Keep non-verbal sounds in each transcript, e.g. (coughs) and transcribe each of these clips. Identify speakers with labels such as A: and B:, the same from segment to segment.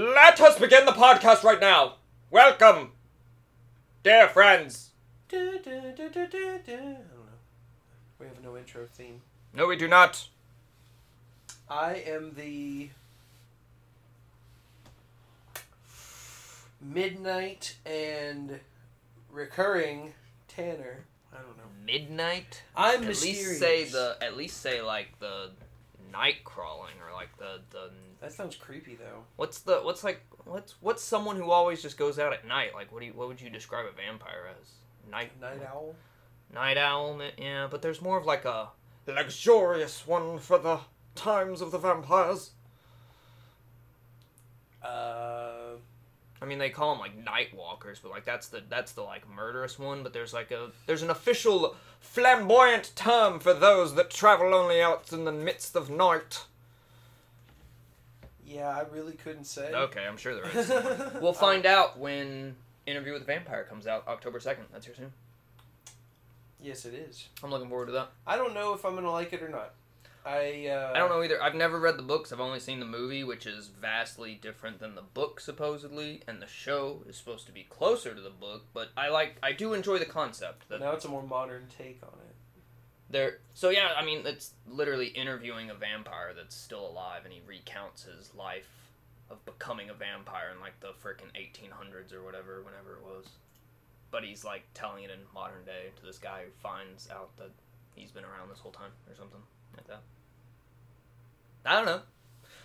A: Let us begin the podcast right now. Welcome, dear friends.
B: Du- du- du- du- du- du. I don't know. We have no intro theme.
A: No, we do not.
B: I am the midnight and recurring Tanner. I don't know.
C: midnight.
B: I'm
C: at
B: mysterious.
C: least say the at least say like the night crawling or like the the
B: That sounds creepy though.
C: what's the what's like what's what's someone who always just goes out at night like what do you what would you describe a vampire as night
B: Night owl.
C: night owl ma- yeah but there's more of like a
A: Luxurious one for the times of the vampires.
B: Uh,
C: I mean they call them like night walkers but like that's the that's the like murderous one but there's like a there's an official
A: Flamboyant term for those that travel only out in the midst of night.
B: yeah, I really couldn't say. (laughs)
C: okay I'm sure there is (laughs) we'll find out when Interview with the Vampire comes out October second that's here soon
B: yes, it is.
C: I'm looking forward to that.
B: I don't know if I'm gonna like it or not. I uh,
C: I don't know either. I've never read the books. I've only seen the movie, which is vastly different than the book supposedly, and the show is supposed to be closer to the book. But I like, I do enjoy the concept that
B: Now it's a more modern take on it.
C: they're. So yeah, I mean, it's literally interviewing a vampire that's still alive, and he recounts his life of becoming a vampire in like the frickin' 1800s or whatever, whenever it was. But he's like telling it in modern day to this guy who finds out that he's been around this whole time or something like that. I don't know.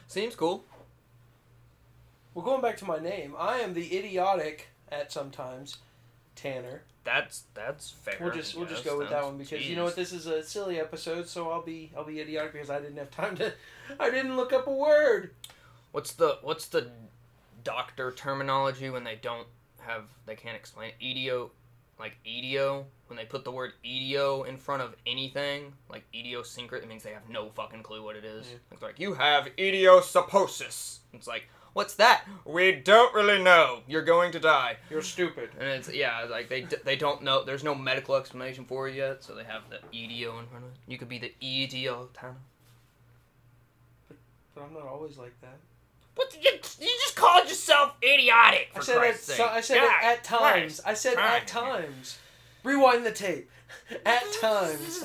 C: Seems cool.
B: Well, going back to my name, I am the idiotic at sometimes Tanner.
C: That's that's fair.
B: We'll just we'll just
C: Yes,
B: go with that
C: that's-
B: one because you know
C: jeez.
B: what this is a silly episode, so I'll be I'll be idiotic because I didn't have time to (laughs) I didn't look up a word.
C: What's the what's the doctor terminology when they don't have they can't explain it? Edio, like edio. When they put the word edio in front of anything, like idiosyncrat, it means they have no fucking clue what it is.
B: Yeah.
C: It's like you.
A: You have idiosyposis.
C: It's like what's that?
A: We don't really know. You're going to die.
B: You're stupid.
C: And it's yeah, like they d- they don't know. There's no medical explanation for it yet, so they have the edio in front of it. You could be the edio town.
B: But I'm not always like that.
C: What you, you just called yourself idiotic? For
B: I said at
C: Christ's
B: so,
C: sake.
B: I said
C: God
B: it at times. I said at
C: Christ.
B: times. Rewind the tape. (laughs) At times.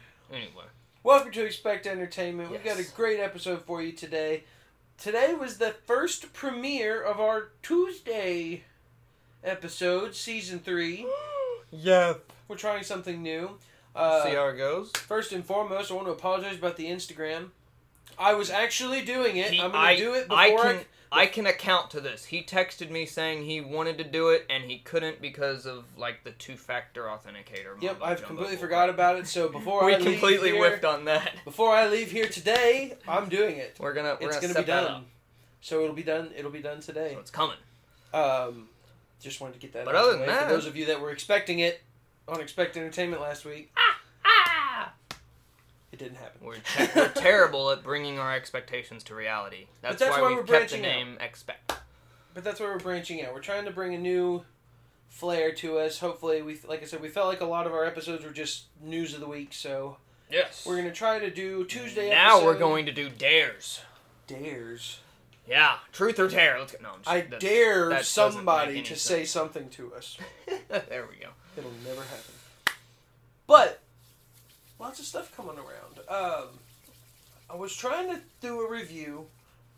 B: (laughs)
C: (laughs) anyway,
B: Welcome to Expect Entertainment. We've got
C: Yes.
B: a great episode for you today. Today was the first premiere of our Tuesday episode, season three.
A: Yep.
B: We're trying something new. Uh,
A: See how it goes.
B: first and foremost, I want to apologize about the Instagram. I was actually doing it.
C: He-
B: I'm gonna
C: I-
B: do it before
C: I
B: I,
C: can I can account to this. He texted me saying he wanted to do it and he couldn't because of like the two factor authenticator.
B: Yep,
C: mumbo
B: I've
C: jumbo
B: completely
C: bullcrap.
B: forgot about it. So before
C: We
B: I leave
C: completely
B: here,
C: whiffed on that.
B: before I leave here today, I'm doing it.
C: We're gonna we're
B: it's
C: gonna,
B: gonna
C: set
B: be
C: that
B: done.
C: up.
B: So it'll be done. It'll be done today.
C: So it's coming.
B: Um, just wanted to get that.
C: But
B: out
C: other
B: of the
C: than
B: way.
C: that-
B: for those of you that were expecting it on Expect Entertainment last week,
C: Ah!
B: it didn't happen.
C: We're, te- we're terrible at bringing our expectations to reality. That's,
B: that's
C: why,
B: why
C: we've
B: we're
C: kept the
B: branching out.
C: name Expect.
B: (laughs) But that's where we're branching out. We're trying to bring a new flair to us. Hopefully, we like I said, we felt like a lot of our episodes were just news of the week, so
C: Yes.
B: we're gonna try to do Tuesday.
C: now we're
B: episode-
C: going to do dares.
B: dares.
C: Yeah, truth or dare. Let's go. No, I'm just,
B: I
C: that's- that
B: dare
C: doesn't
B: somebody
C: make
B: to
C: any
B: say something to us.
C: sense. (laughs) there we go.
B: It'll never happen. But lots of stuff coming around. Um, I was trying to do a review,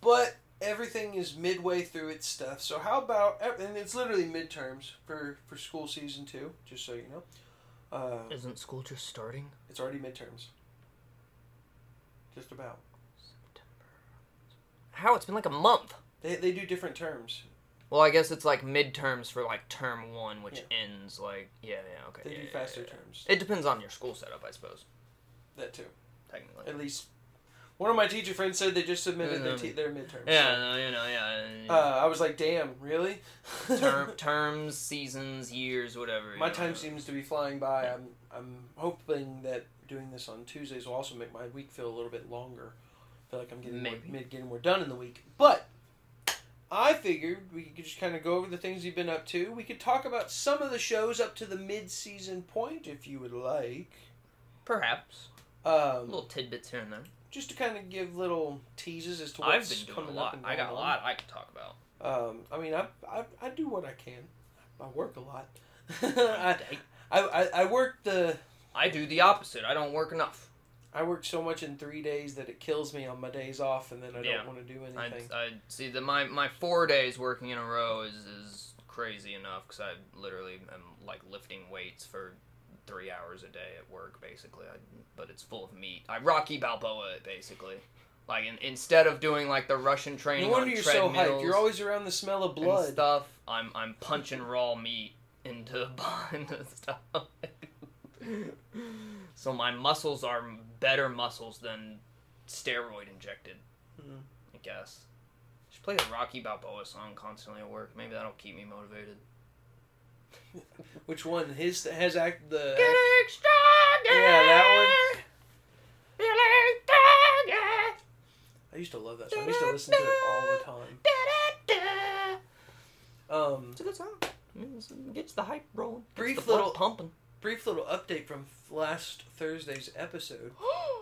B: but everything is midway through its stuff. So how about eh, and it's literally midterms for for school season two. Just so you know, uh,
C: Isn't school just starting?
B: it's already midterms. Just about.
C: How? It's been like a month.
B: They they do different terms.
C: Well, I guess it's like midterms for like term one, which
B: Yeah.
C: ends like yeah, yeah, okay.
B: They
C: yeah,
B: do
C: yeah,
B: faster
C: yeah, yeah.
B: terms.
C: It depends on your school setup, I suppose.
B: That too.
C: Technically.
B: At least one of my teacher friends said they just submitted their
C: Mhm.
B: te- their midterms.
C: yeah, no, you know, yeah.
B: So, uh, (laughs) I was like, damn, really? (laughs)
C: term, terms, seasons, years, whatever. you
B: My
C: know.
B: time seems to be flying by. I'm I'm hoping that doing this on Tuesdays will also make my week feel a little bit longer. I feel like I'm getting more,
C: Maybe.
B: mid, getting more done in the week. But I figured we could just kind of go over the things you've been up to. We could talk about some of the shows up to the mid-season point if you would like.
C: Perhaps
B: Um,
C: little tidbits here and there.
B: just to kind of give little teases as to
C: I've
B: what's
C: been doing a
B: coming up
C: lot.
B: and
C: I
B: going
C: got a
B: on.
C: lot I can talk about.
B: Um, I mean, I, I, I do what I can. I work a lot. (laughs) (laughs) I, I, I I work the
C: I do the opposite. I don't work enough.
B: I work so much in three days that it kills me on my days off, and then I
C: Yeah.
B: don't want to do
C: I,
B: anything.
C: I see that my, my four days working in a row is, is crazy enough because I literally am like lifting weights for three hours a day at work basically. I, but it's full of meat. I Rocky Balboa it basically. Like in, instead of doing like the Russian training
B: no wonder
C: on
B: you're so
C: treadmills
B: hyped. You're always around the smell of
C: and
B: blood.
C: stuff, I'm I'm punching raw meat into (laughs) into stuff. so my muscles are better muscles than steroid injected.
B: Mhm.
C: I guess. Just play the Rocky Balboa song constantly at work. Maybe that'll keep me motivated.
B: Which one? His has act the.
C: Getting stronger.
B: Yeah, that
C: one. Feeling stronger.
B: I used to love that song. I used to listen to it all the time.
C: Da-da-da.
B: Um,
C: It's a good song. It's- it Gets the hype rolling. Gets
B: Brief
C: the blood
B: little-
C: pumping.
B: brief little update from last Thursday's episode.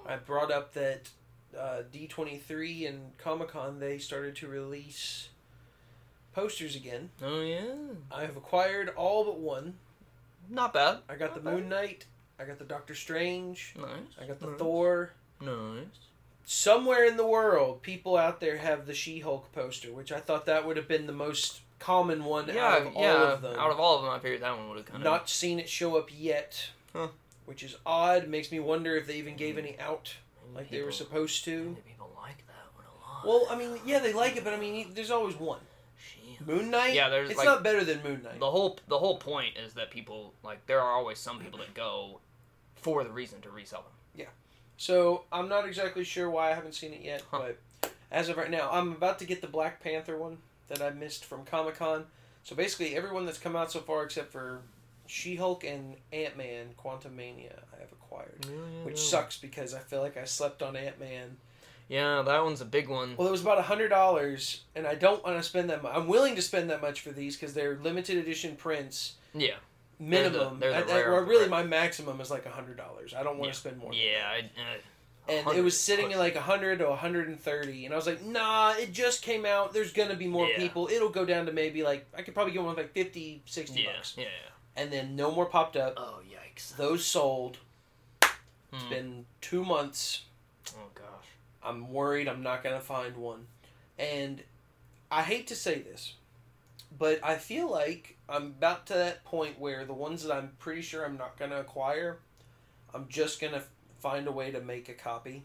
B: I brought up that uh, D23 and Comic Con they started to release posters again.
C: Oh yeah,
B: I have acquired all but one.
C: not bad.
B: I got the
C: Okay.
B: Moon Knight. I got the Doctor Strange.
C: Nice.
B: I got the
C: nice.
B: Thor.
C: Nice.
B: Somewhere in the world, people out there have the She-Hulk poster, which I thought that would have been the most common one
C: Yeah,
B: out of
C: yeah.
B: all of them.
C: Out of all of them, I figured that one would have kind
B: Not seen it show up yet,
C: Huh. Mm.
B: which is odd. Makes me wonder if they even gave any out
C: of
B: like they were supposed to.
C: People like that one a lot.
B: Well, I mean, yeah, they like it, but I mean, there's always one.
C: She-
B: Moon Knight.
C: Yeah, there's,
B: It's
C: like-
B: not better than Moon Knight.
C: the whole the whole point is that people like there are always some people that go for the reason to resell them.
B: So I'm not exactly sure why I haven't seen it yet,
C: Huh.
B: but as of right now, I'm about to get the Black Panther one that I missed from Comic Con. So basically, everyone that's come out so far except for She Hulk and Ant Man, Quantum Mania, I have acquired. Which
C: Mm.
B: sucks because I feel like I slept on Ant Man.
C: Yeah, that one's a big one.
B: Well, it was about hundred dollars, and I don't want to spend that. Mu- I'm willing to spend that much for these because they're limited edition prints.
C: Yeah,
B: Minimum,
C: they're the
B: I- I-
C: rare-
B: or really, my maximum is like hundred dollars. I don't want
C: Yeah.
B: to spend more. than that
C: yeah. I, uh,
B: and
C: 100
B: it was
C: is
B: sitting at
C: pushing.
B: like 100 to 130 and i was like nah it just came out there's gonna be more
C: Yeah.
B: people it'll go down to maybe like i could probably get one with like 50 60
C: yeah,
B: bucks
C: yeah.
B: and then no more popped up
C: Oh yikes!
B: those sold
C: Hmm.
B: it's been two months
C: oh gosh.
B: i'm worried i'm not gonna find one and i hate to say this but i feel like i'm about to that point where the ones that i'm pretty sure i'm not gonna acquire i'm just gonna f- find a way to make a copy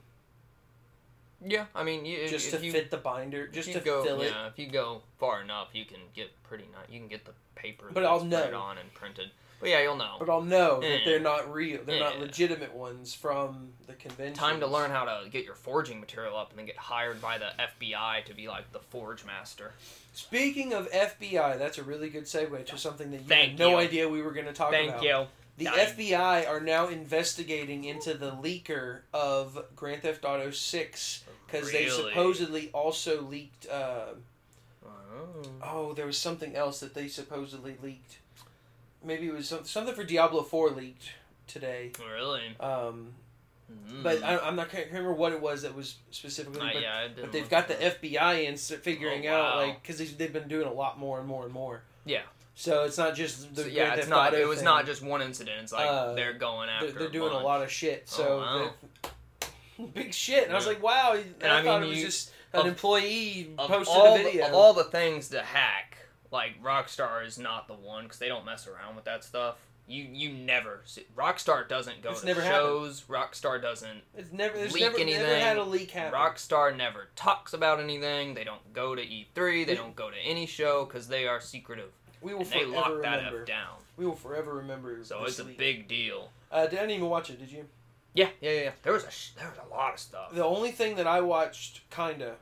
C: Yeah, I mean, you,
B: just
C: if
B: to
C: you,
B: fit the binder
C: if
B: just
C: you
B: to
C: go,
B: fill it
C: yeah, if you go far enough, you can get pretty nice. You can get the paper
B: But
C: that's
B: I'll know.
C: printed on and printed. But yeah, you'll know.
B: But I'll know that
C: Yeah.
B: they're not real. They're not
C: Yeah.
B: legitimate ones from the convention.
C: Time to learn how to get your forging material up and then get hired by the FBI to be like the forge master.
B: Speaking of FBI, that's a really good segue to something that you
C: Thank
B: had no
C: you.
B: idea we were going to talk
C: Thank
B: about.
C: you.
B: The
C: Done.
B: FBI are now investigating into the leaker of Grand Theft Auto 6 because they
C: Really?
B: supposedly also leaked. Uh,
C: Oh.
B: oh, there was something else that they supposedly leaked. Maybe it was some, something for Diablo 4 leaked today.
C: Oh, Really?
B: Um,
C: Mm.
B: But I, I'm not can't remember what it was that was specifically.
C: Uh,
B: but
C: yeah, I didn't
B: But they've
C: look
B: got the
C: it up.
B: FBI in s- figuring
C: Oh,
B: out
C: wow.
B: like because they've, they've been doing a lot more and more and more.
C: Yeah.
B: So it's not just
C: So,
B: the Grand
C: yeah, it's
B: Theft
C: not.
B: Auto
C: It was
B: thing.
C: not just one incident. It's like
B: Uh,
C: they're going
B: They're,
C: after.
B: they're doing a
C: bunch. Oh,
B: lot of shit. So
C: wow.
B: the- (laughs) big shit. And I was
C: Yeah.
B: like, wow. And,
C: And
B: I,
C: I mean,
B: thought it was
C: you-
B: just an
C: of-
B: employee
C: of
B: posted
C: all
B: a video.
C: The, of all the things to hack, like Rockstar is not the one because they don't mess around with that stuff. You you never see, Rockstar doesn't go
B: It's
C: to
B: never
C: shows. Rockstar doesn't.
B: it's never. There's
C: leak
B: never, never
C: anything.
B: had a leak happen.
C: Rockstar never talks about anything. They don't go to E3. They don't go to any show because they are secretive.
B: we will
C: And they
B: forever
C: lock that
B: remember.
C: F down.
B: We will forever remember.
C: So
B: this
C: it's a
B: leak.
C: big deal.
B: Uh, didn't even watch it. Did you?
C: Yeah, yeah, yeah. yeah. There was a sh- there was a lot of stuff.
B: The only thing that I watched, kinda,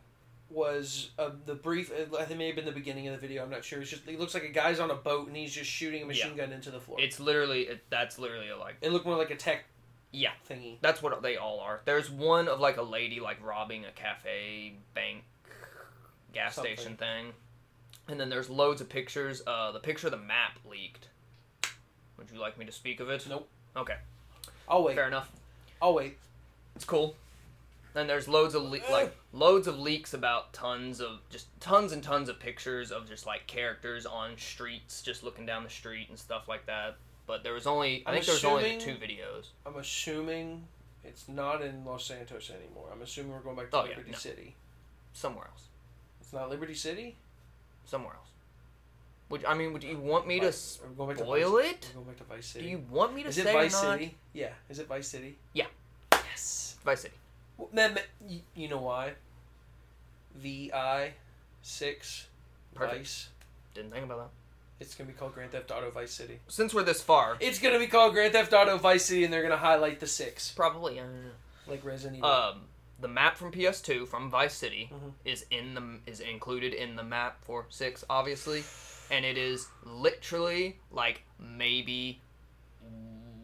B: was uh, the brief. It it may have been the beginning of the video. I'm not sure. It's just it looks like a guy's on a boat and he's just shooting a machine gun into the floor. It,
C: It's literally it, that's literally like
B: looked more like a tech.
C: Yeah.
B: Thingy.
C: That's what they all are. There's one of like a lady like robbing a cafe, bank, gas
B: Something.
C: station thing, and then there's loads of pictures. Uh, the picture of the map leaked. Would you like me to speak of it?
B: Nope.
C: Okay.
B: I'll wait.
C: Fair enough.
B: I'll wait.
C: It's cool. And there's loads of le- like loads of leaks about tons of just tons and tons of pictures of just like characters on streets, just looking down the street and stuff like that. But there was only I
B: I'm
C: think there was only the two
B: assuming-
C: videos.
B: I'm assuming it's not in Los Santos anymore. I'm assuming we're going back to
C: Oh, yeah,
B: Liberty
C: no.
B: City.
C: Somewhere else,
B: It's not Liberty City.
C: somewhere else. Would I mean? Would you want me to
B: Vice- we're going back to
C: spoil
B: Vice-
C: it?
B: We're going back to Vice City.
C: Do you want me to
B: Is
C: say
B: it
C: or
B: Vice
C: not?
B: City? Yeah. Is it Vice City?
C: Yeah.
B: Yes.
C: Vice City.
B: Well, man, man, y- you know why? V I six
C: Perfect.
B: Vice.
C: Didn't think about that.
B: It's gonna be called Grand Theft Auto Vice City.
C: Since we're this far,
B: It's gonna be called Grand Theft Auto Vice City, and they're gonna highlight the six,
C: probably. I don't know.
B: like Resident Evil.
C: um, the map from PS2 from Vice City
B: Mhm.
C: is in the is included in the map for six, obviously, and it is literally like maybe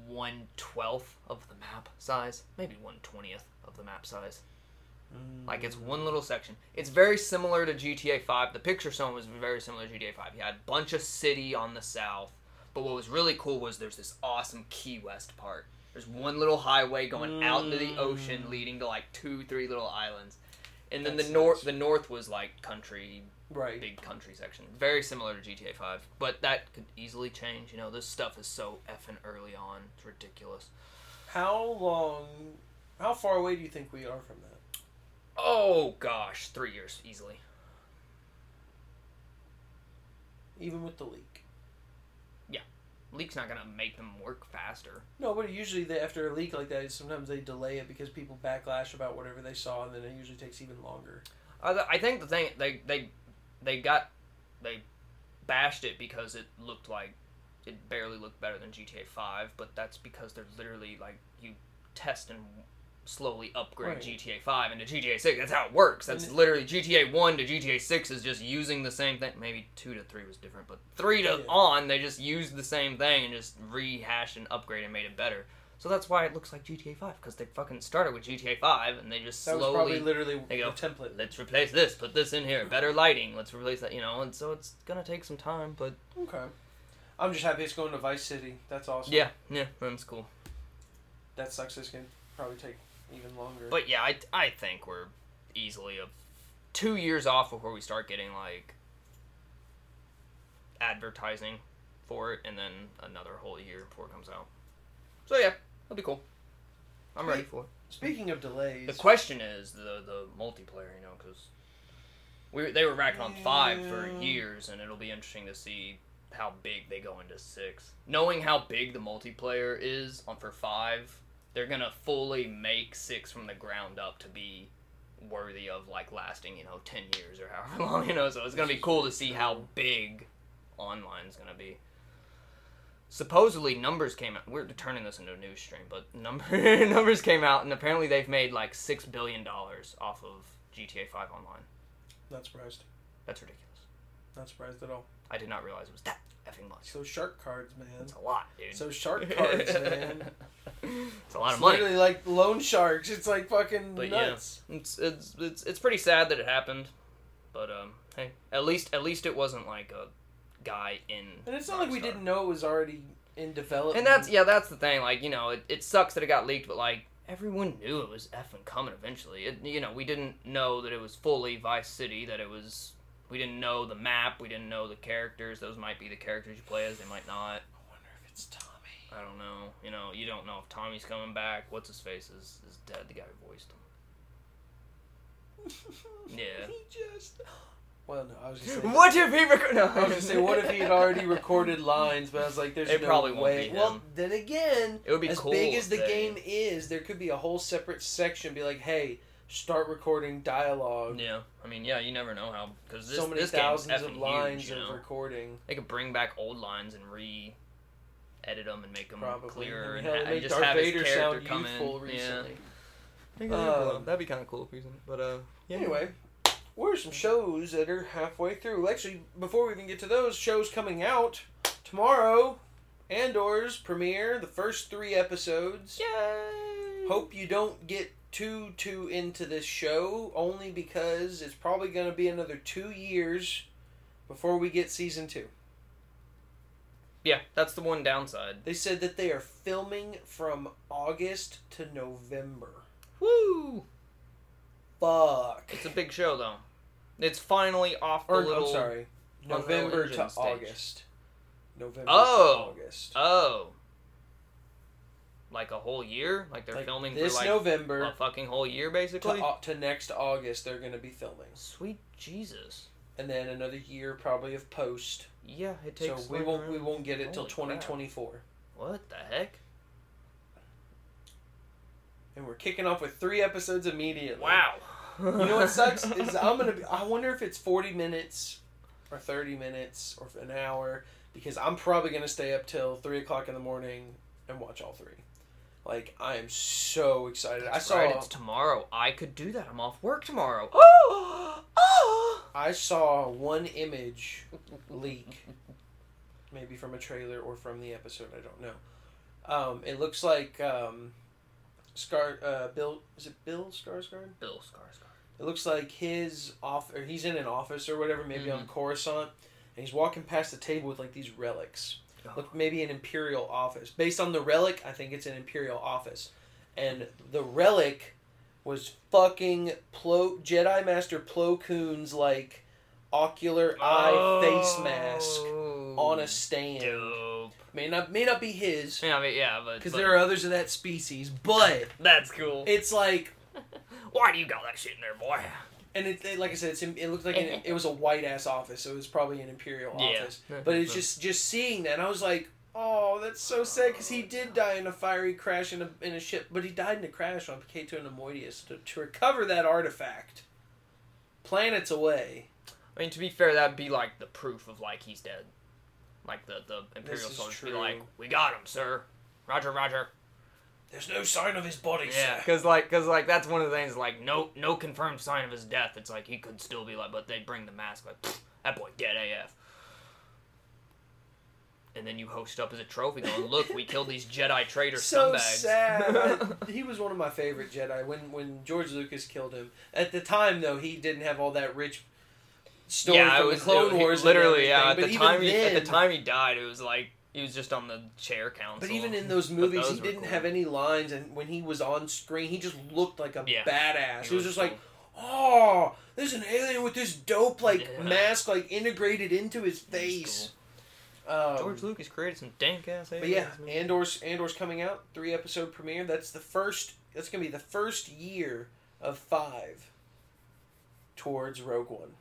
C: one twelfth of the map size, maybe one twentieth of the map size.
B: Mm.
C: Like it's one little section. It's very similar to GTA 5. The picture shown was very similar to GTA 5. You had a bunch of city on the south, but what was really cool was there's this awesome Key West part. There's one little highway going out into the ocean,
B: Mm.
C: leading to like two, three little islands, and then
B: That's
C: the north.
B: nice.
C: The north was like country,
B: right.
C: big country section. Very similar to GTA 5, but that could easily change. You know, this stuff is so effing early on. It's ridiculous.
B: How long? How far away do you think we are from that?
C: Oh gosh, three years easily.
B: Even with the leak.
C: Leak's not gonna make them work faster.
B: No, but usually they, after a leak like that, sometimes they delay it because people backlash about whatever they saw, and then it usually takes even longer.
C: I, th- I think Uh, the thing they they they got they bashed it because it looked like it barely looked better than GTA Five, but that's because they're literally like you test and slowly upgrade
B: Right.
C: GTA Five into GTA Six. That's how it works. That's
B: And-
C: literally GTA One to GTA Six is just using the same thing. Maybe two to three was different, but three to
B: Yeah.
C: on they just used the same thing and just rehashed and upgraded and made it better. So that's why it looks like GTA Five because they fucking started with GTA Five and they just
B: That was
C: slowly
B: probably literally
C: There you go.
B: the template.
C: let's replace this, put this in here, better lighting, let's replace that, you know, and so it's gonna take some time, but
B: Okay. I'm just happy it's going to Vice City. That's awesome.
C: yeah, yeah, that's cool.
B: That sucks. This can probably take even longer.
C: But yeah, I, I think we're easily a two years off before we start getting like advertising for it, and then another whole year before it comes out. So yeah, that'll be cool. I'm ready for it.
B: Speaking of delays,
C: The question is the the multiplayer, you know, because we they were racking on five for
B: Yeah.
C: years, and it'll be interesting to see how big they go into six. Knowing how big the multiplayer is on for five, they're gonna fully make six from the ground up to be worthy of like lasting, you know, ten years or however (laughs) long, you know. So it's gonna be cool to see how big online's gonna be. Supposedly numbers came out. We're turning this into a news stream, but (laughs) number numbers came out, and apparently they've made like six billion dollars off of GTA Five online.
B: not surprised.
C: That's ridiculous.
B: Not surprised at all.
C: I did not realize it was that effing much.
B: So shark cards, man.
C: (laughs) That's a lot, dude.
B: So shark
C: (laughs)
B: cards, man.
C: It's a lot of
B: It's
C: money.
B: Literally like loan sharks. It's like fucking
C: But yeah.
B: nuts.
C: It's, it's it's it's pretty sad that it happened, but um, hey, at least at least it wasn't like a guy in.
B: And it's not like we
C: Rockstar.
B: didn't know it was already in development.
C: And that's yeah, that's the thing. Like you know, it, it sucks that it got leaked, but like everyone knew it was effing coming eventually. It, you know, we didn't know that it was fully Vice City. That it was. We didn't know the map. We didn't know the characters. Those might be the characters you play as. They might not.
B: I wonder if it's Tommy. (laughs)
C: I don't know. You know, you don't know if Tommy's coming back. What's his face is is dead. The guy who voiced him. Yeah.
B: he just. Well, no, I was just. Saying,
C: What if he recorded? (laughs) No.
B: I was gonna say, what if he had already recorded lines? But I was like, there's
C: It
B: no
C: probably won't
B: way.
C: be him.
B: Well, then again,
C: It would be
B: as
C: cool
B: big as
C: if
B: the
C: they-
B: game is, there could be a whole separate section. Be like, hey, start recording dialogue.
C: Yeah, I mean, yeah, you never know how because this,
B: so many
C: this game's
B: thousands
C: effing
B: of lines
C: huge. You
B: of
C: know?
B: recording.
C: They could bring back old lines and re edit them and make them
B: Probably.
C: clearer and,
B: And hell,
C: ha-
B: they made
C: just
B: Darth
C: have
B: Vader
C: his character
B: sound
C: come
B: youthful
C: in.
B: recently.
C: Yeah,
B: Um,
C: that'd be kind of cool if you But uh,
B: Anyway, what are some shows that are halfway through? Actually, before we even get to those, shows coming out tomorrow. Andor's premiere, the first three episodes.
C: yay!
B: Hope you don't get too too into this show, only because it's probably going to be another two years before we get season two.
C: Yeah, that's the one downside.
B: They said that they are filming from August to November.
C: Woo!
B: Fuck.
C: It's a big show though. It's finally off the
B: Or,
C: little.
B: I'm sorry.
C: Unreal
B: November to
C: Engine stage.
B: August. November
C: Oh.
B: to August.
C: Oh. Like a whole year? Like they're
B: Like,
C: filming
B: this
C: for like
B: November
C: a fucking whole year
B: to,
C: basically?
B: au- to next August, they're going to be filming,
C: Sweet Jesus.
B: and then another year probably of post.
C: Yeah, it
B: So
C: takes
B: we
C: like,
B: won't we
C: around-
B: won't get it till
C: Holy crap.
B: 2024,
C: What the heck?
B: and we're kicking off with three episodes immediately.
C: Wow.
B: You know
C: (laughs)
B: what sucks is I'm gonna. Be, I wonder if it's 40 minutes, or 30 minutes, or an hour, because I'm probably gonna stay up till three o'clock in the morning and watch all three. Like I am so excited. I saw
C: Right, it's tomorrow. I could do that. I'm off work
B: (gasps)
C: tomorrow. Oh! Oh!
B: I saw one image leak, maybe from a trailer or from the episode. I don't know. Um, it looks like um, Scar. Uh, Bill is it Bill Skarsgård?
C: (gasps) Bill Skarsgård.
B: It looks like his off or he's in an office or whatever, maybe on Coruscant, and he's walking past the table with like these relics.
C: Oh.
B: Look, maybe an imperial office. Based on the relic, I think it's an imperial office, and the relic was fucking Plo Jedi Master Plo Koon's like ocular eye
C: Oh.
B: face mask on a stand.
C: Dope.
B: May not may not be his
C: Yeah, I mean, yeah, but
B: because
C: but
B: there are others of that species, but
C: that's cool.
B: it's like
C: Why do you got that shit in there, boy?
B: And it, it- like I said, it's, it looked like an, it was a white ass office. So it was probably an imperial
C: Yeah.
B: office. But it's just just seeing that, and I was like, oh, that's so sad because he did die in a fiery crash in a in a ship, but he died in a crash on K2 and Nemoidius to, to recover that artifact. Planets away.
C: I mean, to be fair, that'd be like the proof of like he's dead. Like the the imperial
B: is
C: soldiers be
B: true.
C: like, "We got him, sir." Roger, Roger.
B: There's no sign of his body.
C: Yeah,
B: sir.
C: because like, (laughs) cause like that's one of the things. Like, no, no confirmed sign of his death. It's like he could still be like, but they bring the mask. Like, "Pfft, that boy dead AF. And then you host up as a trophy, going, "Look, we killed these Jedi traitor
B: So
C: scumbags." (laughs)
B: sad. I- he was one of my favorite Jedi. When when George Lucas killed him at the time, though, he didn't have all that rich story
C: yeah,
B: from
C: it was
B: the Clone
C: it-
B: Wars. and
C: Literally,
B: everything,
C: yeah. At
B: but
C: the
B: even
C: time, he, at the
B: then-
C: time he died, it was like he was just on the chair council.
B: But even in those
C: But
B: movies,
C: those
B: he
C: were
B: didn't
C: cool.
B: have any lines, and when he was on screen, he just looked like a
C: Yeah.
B: badass. He, was, just like,
C: cool.
B: "Oh, there's an alien with this dope like
C: Yeah.
B: mask like integrated into his
C: He was
B: face." Um,
C: George Lucas created some dank ass.
B: but yeah, Andor's Andor's coming out three episode premiere. That's the first. That's gonna be the first year of five towards Rogue One.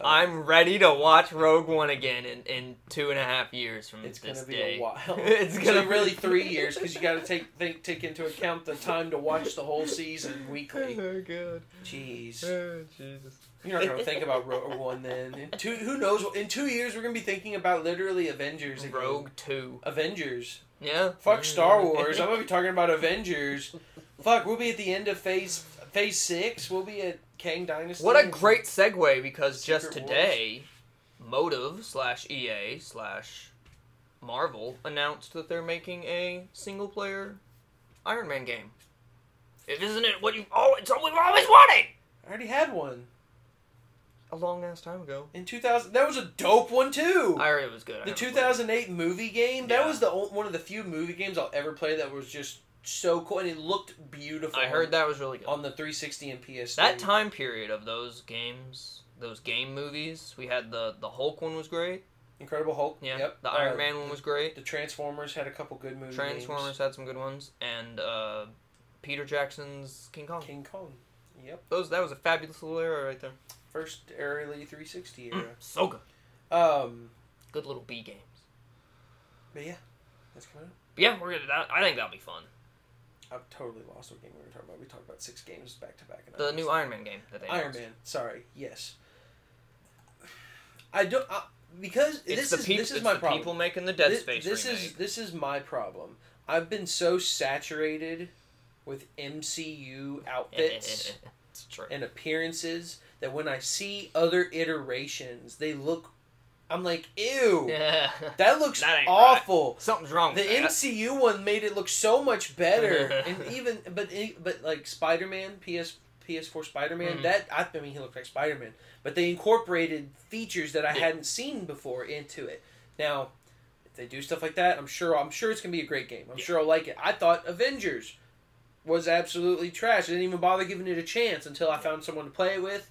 B: Uh,
C: I'm ready to watch Rogue One again in, in two and a half years from
B: It's
C: this
B: gonna be
C: day.
B: a (laughs) while.
C: (laughs) It's
B: So
C: gonna be-
B: really three years because you got to take think, take into account the time to watch the
C: (laughs)
B: whole season weekly.
C: Oh
B: (laughs)
C: god.
B: Jeez,
C: Oh Jesus.
B: you're not gonna think
C: (laughs)
B: about Rogue One then. In two, who knows? In two years, we're gonna be thinking about literally Avengers. Again.
C: Rogue Mm. Two.
B: Avengers.
C: Yeah.
B: Fuck Star Wars. I'm gonna be talking about Avengers. Fuck, we'll be at the end of phase phase six. We'll be at Kang
C: (laughs)
B: Dynasty.
C: What a great segue because just
B: Secret
C: today, Motive slash EA slash Marvel announced that they're making a single player Iron Man game. It isn't it what you oh it's what we've always wanted
B: I already had one
C: a long ass time ago.
B: in 2000. That was a dope one too.
C: I heard it was good. I
B: the
C: haven't played it.
B: 2008 movie game. That
C: Yeah.
B: was the o- one of the few movie games I'll ever play that was just so cool and it looked beautiful.
C: I heard that was really good.
B: on the 360 and PS.
C: That time period of those games, those game movies, we had the the Hulk one was great.
B: Incredible Hulk.
C: Yeah.
B: Yep.
C: The Iron
B: Uh,
C: Man one was great.
B: The Transformers had a couple good movies.
C: Transformers had some good ones, and uh, Peter Jackson's King Kong.
B: King Kong. Yep.
C: Those that was a fabulous little era right there.
B: First early 360 era.
C: (clears throat) So good.
B: um.
C: Good little B games.
B: But yeah, that's coming up.
C: But yeah, we're gonna. That, I think that'll be fun.
B: I've totally lost what game we were talking about. We talked about six games back to back. and I
C: The
B: lost
C: new
B: it.
C: Iron Man game that they
B: Iron
C: announced.
B: Man. Sorry. Yes. I don't I, because
C: It's
B: this
C: the
B: is
C: peop-
B: this is
C: it's
B: my
C: the
B: problem.
C: people making the Dead
B: Thi-
C: Space
B: this
C: remake.
B: is this is my problem. I've been so saturated with MCU outfits
C: (laughs) it's true.
B: and appearances that when I see other iterations, they look. I'm like, ew,
C: Yeah.
B: that looks
C: That ain't
B: awful.
C: Something's wrong.
B: The
C: with that.
B: MCU one made it look so
C: (laughs)
B: much better, and even but e, but like Spider Man PS PS4 Spider Man
C: Mhm.
B: that I mean he looked like Spider Man, but they incorporated features that I
C: Yeah.
B: hadn't seen before into it. Now, if they do stuff like that, I'm sure I'm sure it's gonna be a great game. I'm
C: Yeah.
B: sure I'll like it. I thought Avengers was absolutely trash. I didn't even bother giving it a chance until I found someone to play it with,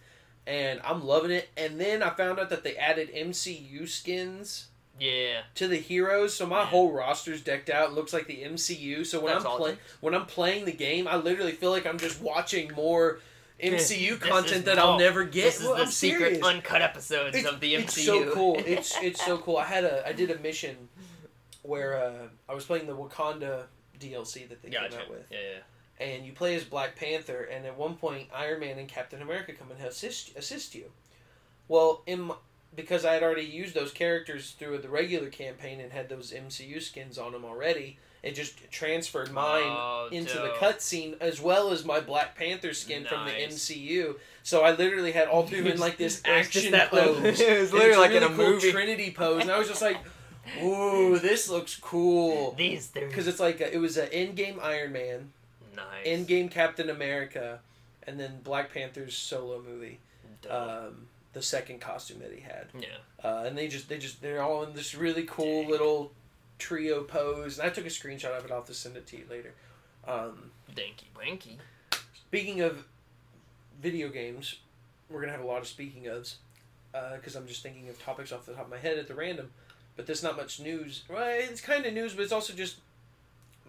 B: and I'm loving it. And then I found out that they added MCU skins
C: Yeah.
B: to the heroes, so my
C: Yeah.
B: whole roster's decked out. It looks like the MCU. So when
C: That's
B: I'm
C: all it
B: playing, when I'm playing the game, I literally feel like I'm just watching more MCU
C: This is-
B: content that I'll
C: no,
B: never get.
C: This is
B: Well,
C: the
B: I'm
C: secret
B: serious.
C: uncut episodes
B: It's-
C: of the MCU.
B: It's
C: (laughs)
B: so cool. It's it's so cool. I had a I did a mission where uh, I was playing the Wakanda DLC that they
C: Gotcha.
B: came out with,
C: Yeah, yeah.
B: and you play as Black Panther, and at one point Iron Man and Captain America come and assist assist you. Well, in my, because I had already used those characters through the regular campaign and had those MCU skins on them already, it just transferred mine
C: Oh,
B: into
C: dope.
B: the cutscene as well as my Black Panther skin from the
C: Nice.
B: MCU. So I literally had all three of them in
C: (laughs)
B: like this
C: It was just
B: action
C: that little- (laughs)
B: pose.
C: it was
B: (laughs) It's
C: literally like in
B: really
C: a
B: cool
C: movie.
B: Trinity pose, and I was just like, "Ooh, this looks cool."
C: (laughs) These three.
B: Because it's like a, it was an Endgame Iron Man,
C: nice.
B: Endgame Captain America, and then Black Panther's solo movie,
C: Dope.
B: um, the second costume that he had,
C: yeah.
B: uh, and they just they just they're all in this really cool
C: Dang.
B: little trio pose, and I took a screenshot of it. I'll have to send it to you later. Um,
C: Danky wanky.
B: Speaking of video games, we're gonna have a lot of speaking ofs because I'm just thinking of topics off the top of my head at the random. But there's not much news. Well, it's kind of news, but it's also just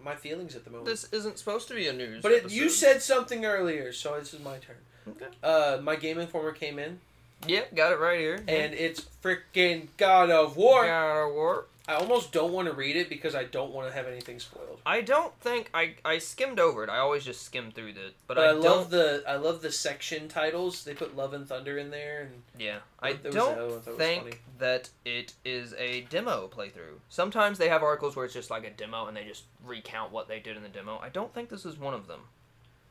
B: my feelings at the moment.
C: This isn't supposed to be a news.
B: but it, you said something earlier, so this is my turn.
C: Okay.
B: Uh, my Game Informer came in,
C: Yep, got it right here.
B: and it's freaking God of War.
C: God of War.
B: I almost don't want to read it because I don't want to have anything spoiled.
C: I don't think I I skimmed over it. I always just skim through it, but,
B: But, I,
C: I,
B: love
C: don't.
B: the I love the section titles. They put Love and Thunder in there, and
C: yeah, I
B: There was another one I
C: don't
B: thought was
C: think
B: funny.
C: that it is a demo playthrough. Sometimes they have articles where it's just like a demo and they just recount what they did in the demo. I don't think this is one of them.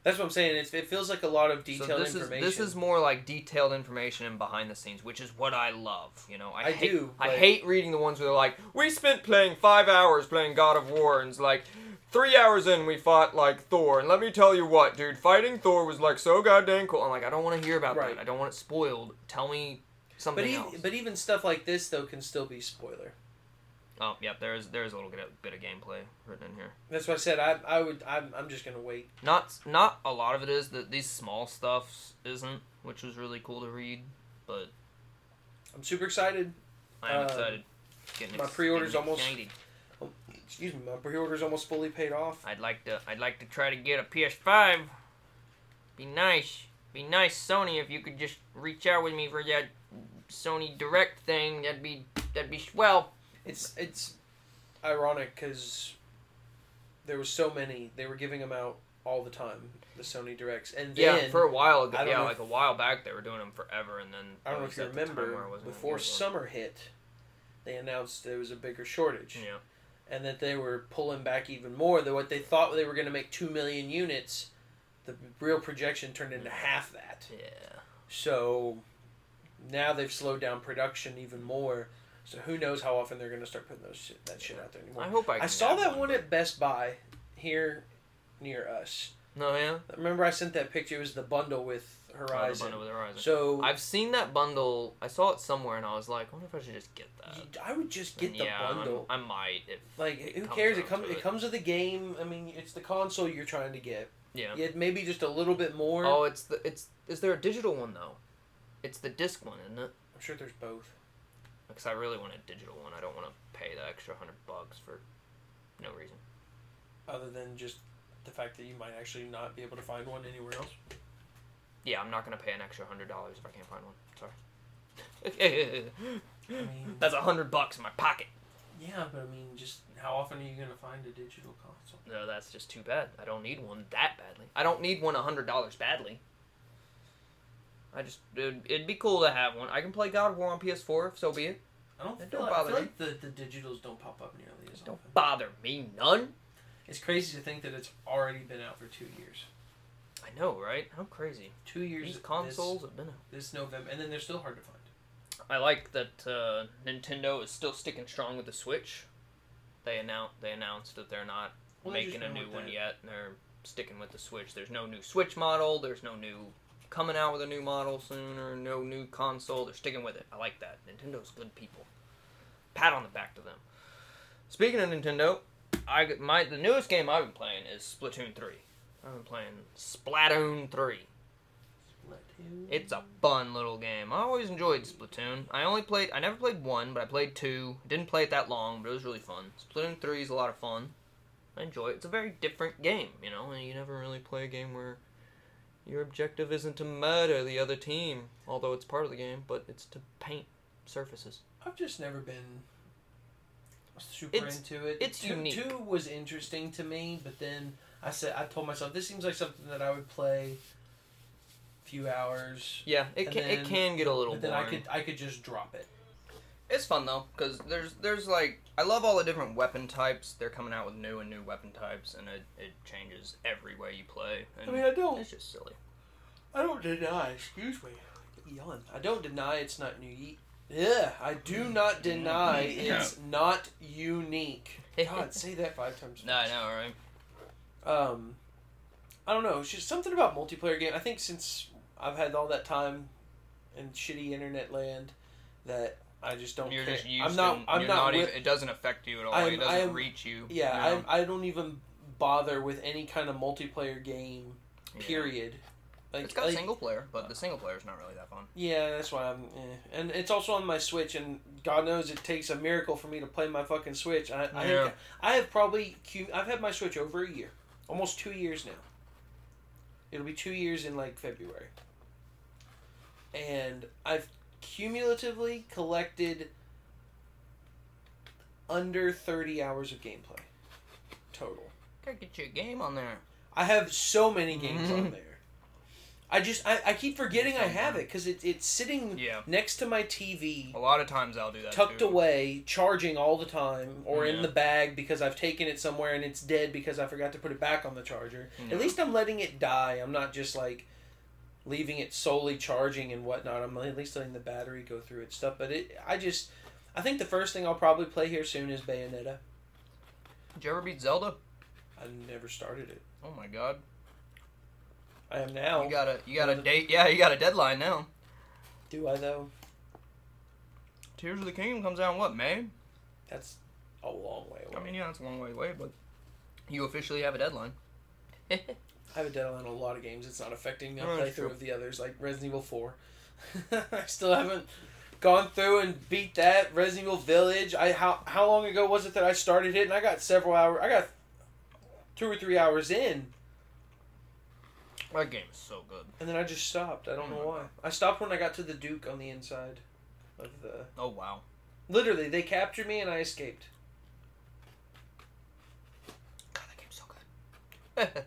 B: That's what I'm saying. It's, it feels like a lot of detailed
C: so this
B: information.
C: is this is more like detailed information and behind the scenes, which is what I love. You know, I,
B: I
C: hate,
B: do,
C: I
B: but-
C: hate reading the ones where they're like, we spent playing five hours playing God of War, and it's like. Three hours in, we fought like Thor, and let me tell you what, dude, fighting Thor was like so goddamn cool. I'm like, I don't want to hear about
B: Right.
C: that. I don't want it spoiled. Tell me something
B: but e-, even,
C: else.
B: but even stuff like this though can still be spoiler.
C: oh, yep, there is there is a little bit of, bit of gameplay written in here.
B: That's what I said. I I would I'm, I'm just gonna wait.
C: Not not a lot of it is that these small stuffs isn't, which was really cool to read. But
B: I'm super excited.
C: I am
B: Um,
C: excited. Getting
B: my
C: ex-
B: pre-order's
C: getting
B: almost-
C: excited.
B: Excuse me, my pre-order's almost fully paid off.
C: I'd like to. I'd like to try to get a PS5. Be nice. Be nice, Sony. If you could just reach out with me for that Sony Direct thing, that'd be that'd be swell.
B: It's it's ironic because there was so many. They were giving them out all the time. The Sony directs, and then
C: yeah, for a while.
B: I
C: Ago,
B: don't
C: yeah,
B: know
C: like a while back, they were doing them forever, and then
B: I
C: it
B: don't know
C: was
B: if you
C: at the time where I
B: remember
C: wasn't gonna
B: before
C: get one.
B: summer hit, they announced there was a bigger shortage.
C: Yeah.
B: and that they were pulling back even more than what they thought they were going to make 2 million units the real projection turned into half that
C: Yeah.
B: so now they've slowed down production even more so who knows how often they're going to start putting those shit, that shit out there anymore
C: I hope I.
B: i,
C: Can
B: saw
C: get
B: that one at best buy here near us
C: No, yeah.
B: remember i sent that picture it was the bundle with
C: Oh, the
B: horizon
C: bundle with Horizon.
B: so
C: I've seen that bundle. I saw it somewhere, and I was like, I wonder if I should just get that.
B: you- i would just get
C: And
B: the
C: yeah, I'm-
B: bundle
C: I might if.
B: like who
C: comes
B: cares it
C: out
B: comes
C: with
B: it
C: it.
B: comes with the game i mean it's the console you're trying to get
C: Yeah.
B: Yeah, maybe just a little bit more.
C: Oh, it's the it's. Is there a digital one though? It's the disc one, isn't it?
B: I'm sure there's both.
C: Because I really want a digital one. I don't want to pay the extra hundred bucks for no reason.
B: Other than just the fact that you might actually not be able to find one anywhere else.
C: Yeah, I'm not gonna pay an extra hundred dollars if I can't find one. Sorry. (laughs)
B: mean-
C: That's a hundred bucks in my pocket.
B: Yeah, but I mean, just how often are you gonna find a digital console?
C: No, that's just too bad. I don't need one that badly. I don't need one a hundred dollars badly. I just it'd, it'd be cool to have one. I can play God of War on PS4 if so be it.
B: I don't
C: It
B: feel
C: don't
B: like, I
C: bother
B: feel
C: me.
B: like the, the digitals don't pop up nearly as
C: Don't
B: often.
C: bother me none.
B: It's crazy to think that it's already been out for two years.
C: I know, right? How crazy.
B: Two years.
C: These
B: this-
C: consoles have been. out.
B: This, November, and then they're still hard to find.
C: I like that uh, Nintendo is still sticking strong with the Switch. They announced they announced that they're not
B: Well, they just
C: making a
B: went
C: new
B: with
C: one
B: that.
C: yet, and they're sticking with the Switch. There's no new Switch model. There's no new coming out with a new model soon, or no new console. They're sticking with it. I like that. Nintendo's good people. Pat on the back to them. Speaking of Nintendo, I my the newest game I've been playing is Splatoon three. I've been playing Splatoon 3. It's a fun little game. I always enjoyed Splatoon. I only played, I never played one, but I played two. Didn't play it that long, but it was really fun. Splatoon 3 is a lot of fun. I enjoy it. It's a very different game, you know, and you never really play a game where your objective isn't to murder the other team, although it's part of the game, but it's to paint surfaces.
B: I've just never been super
C: It's-
B: into it.
C: it's
B: two,
C: unique.
B: Two was interesting to me, but then I said I told myself this seems like something that I would play a few hours,
C: Yeah, it
B: And
C: can,
B: then-
C: it can get a little
B: but then
C: boring.
B: I could I could just drop it.
C: It's fun though, because there's there's like I love all the different weapon types. They're coming out with new and new weapon types, and it, it changes every way you play. And
B: I mean, I don't
C: it's just silly.
B: I don't deny. Excuse me. Yawn. I don't deny it's not new. Yeah, I do
C: Mm.
B: not deny
C: Yeah.
B: it's not unique. (laughs) God, say that five times.
C: no, I know, right?
B: Um, I don't know. It's just something about multiplayer game. I think since I've had all that time in shitty internet land, that I just don't.
C: You're
B: care.
C: just used.
B: I'm not.
C: and
B: I'm
C: you're
B: not. wi-
C: even, it doesn't affect you at all.
B: I'm-
C: it doesn't
B: I'm-
C: reach you.
B: yeah,
C: you know?
B: I, I don't even bother with any kind of multiplayer game.
C: Yeah.
B: Period. Like,
C: it's got
B: like- Uh.
C: single player, but the single player is not really that fun.
B: Yeah, that's why I'm. Eh. And it's also on my Switch, and God knows it takes a miracle for me to play my fucking Switch. I, I,
C: Yeah.
B: think I have probably. cu- I've had my Switch over a year. Almost two years now. It'll be two years in like February. And I've cumulatively collected under 30 hours of gameplay total.
C: Gotta get you a game on there.
B: I have so many games on
C: Mhm.
B: there. I just I, I keep forgetting I have it because it, it's sitting
C: Yeah.
B: next to my TV,
C: A lot of times I'll do Oh, that.
B: tucked
C: too.
B: away, charging all the time, or in
C: Yeah.
B: the bag because I've taken it somewhere and it's dead because I forgot to put it back on the charger.
C: Yeah.
B: At least I'm letting it die. I'm not just like leaving it solely charging and whatnot. I'm at least letting the battery go through its stuff. But it I just I think the first thing I'll probably play here soon is Bayonetta.
C: Did you ever beat Zelda?
B: I never started it.
C: Oh my god.
B: I am now.
C: You got a you got a
B: Zelda.
C: date. Yeah, you got a deadline now.
B: Do I though?
C: Tears of the Kingdom comes out in what May?
B: That's a long way away.
C: I mean, yeah, it's a long way away, but you officially have a deadline. (laughs)
B: I have a deadline on a lot of games. It's not affecting my
C: Oh, that's true.
B: playthrough of the others, like Resident Evil 4. (laughs) I still haven't gone through and beat that Resident Evil Village. I how how long ago was it that I started it? And I got several hours. I got two or three hours in,
C: That game is so good.
B: and then I just stopped. I don't
C: Oh my
B: know why. I stopped when I got to the Duke on the inside of the.
C: Oh wow.
B: Literally, they captured me and I escaped.
C: God, that game's so (laughs) good.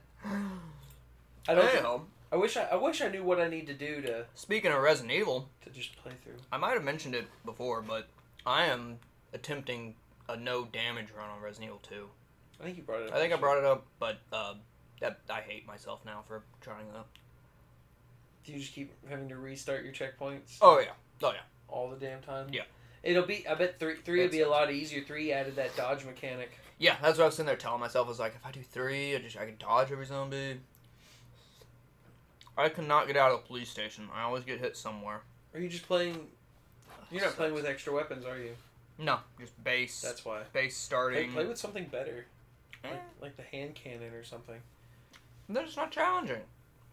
B: I don't.
C: Hey,
B: think-
C: um,
B: I wish I, I wish I knew what I need to do to
C: speaking of Resident Evil,
B: to just play through.
C: I might have mentioned it before, but I am attempting a no damage run on Resident Evil 2.
B: I think you brought it. up
C: I think I
B: actually.
C: brought it up, but uh, that, I hate myself now for trying that.
B: Do you just keep having to restart your checkpoints?
C: Oh yeah,
B: all the damn time.
C: Yeah.
B: It'll be. I bet three. Three would
C: That's-
B: be a lot easier. Three added that dodge mechanic.
C: yeah. That's what I was sitting there telling myself. I was like, if I do three, I just I can dodge every zombie. I cannot get out of the police station. I always get hit somewhere.
B: Are you just playing? You're not
C: Sucks.
B: playing with extra weapons, are you?
C: No, just base.
B: That's why.
C: base
B: Play,
C: starting.
B: play with something better,
C: Eh,
B: like, like the hand cannon or something.
C: That's not challenging.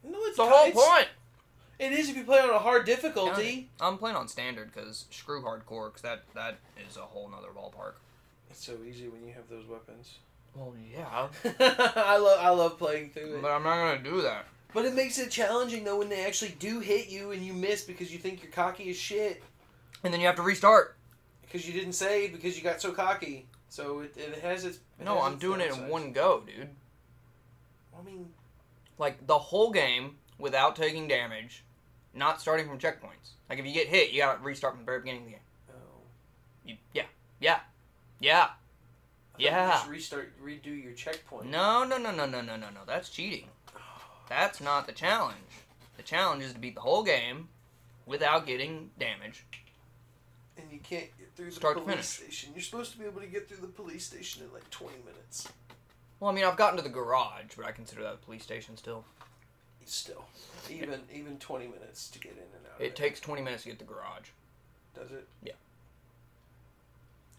B: No, it's
C: It's the whole
B: it's-
C: point.
B: It is if you play on a hard difficulty.
C: I'm playing on standard because screw hardcore because that that is a whole nother ballpark.
B: It's so easy when you have those weapons.
C: Well, yeah,
B: (laughs) I love. I love playing through it.
C: but I'm not gonna do that.
B: But it makes it challenging though when they actually do hit you and you miss because you think you're cocky as shit
C: And then you have to restart.
B: because you didn't save because you got so cocky. So it, it has its. it
C: No,
B: has
C: I'm
B: its
C: doing it in
B: downsides.
C: one go, dude.
B: I mean,
C: Like the whole game without taking damage, not starting from checkpoints. Like if you get hit, you gotta restart from the very beginning of the game.
B: oh.
C: You, yeah, yeah, yeah.
B: I thought you
C: Yeah.
B: Just restart, redo your checkpoint.
C: No, no, no, no, no, no, no, no. That's cheating. That's not the challenge. The challenge is to beat the whole game without getting damage.
B: And you can't get through the
C: Start to
B: police
C: finish.
B: station. You're supposed to be able to get through the police station in like 20 minutes.
C: Well, I mean, I've gotten to the garage, but I consider that a police station still.
B: Still, even even 20 minutes to get in and out.
C: It
B: of it,
C: takes 20 minutes to get to the garage.
B: does it.
C: Yeah.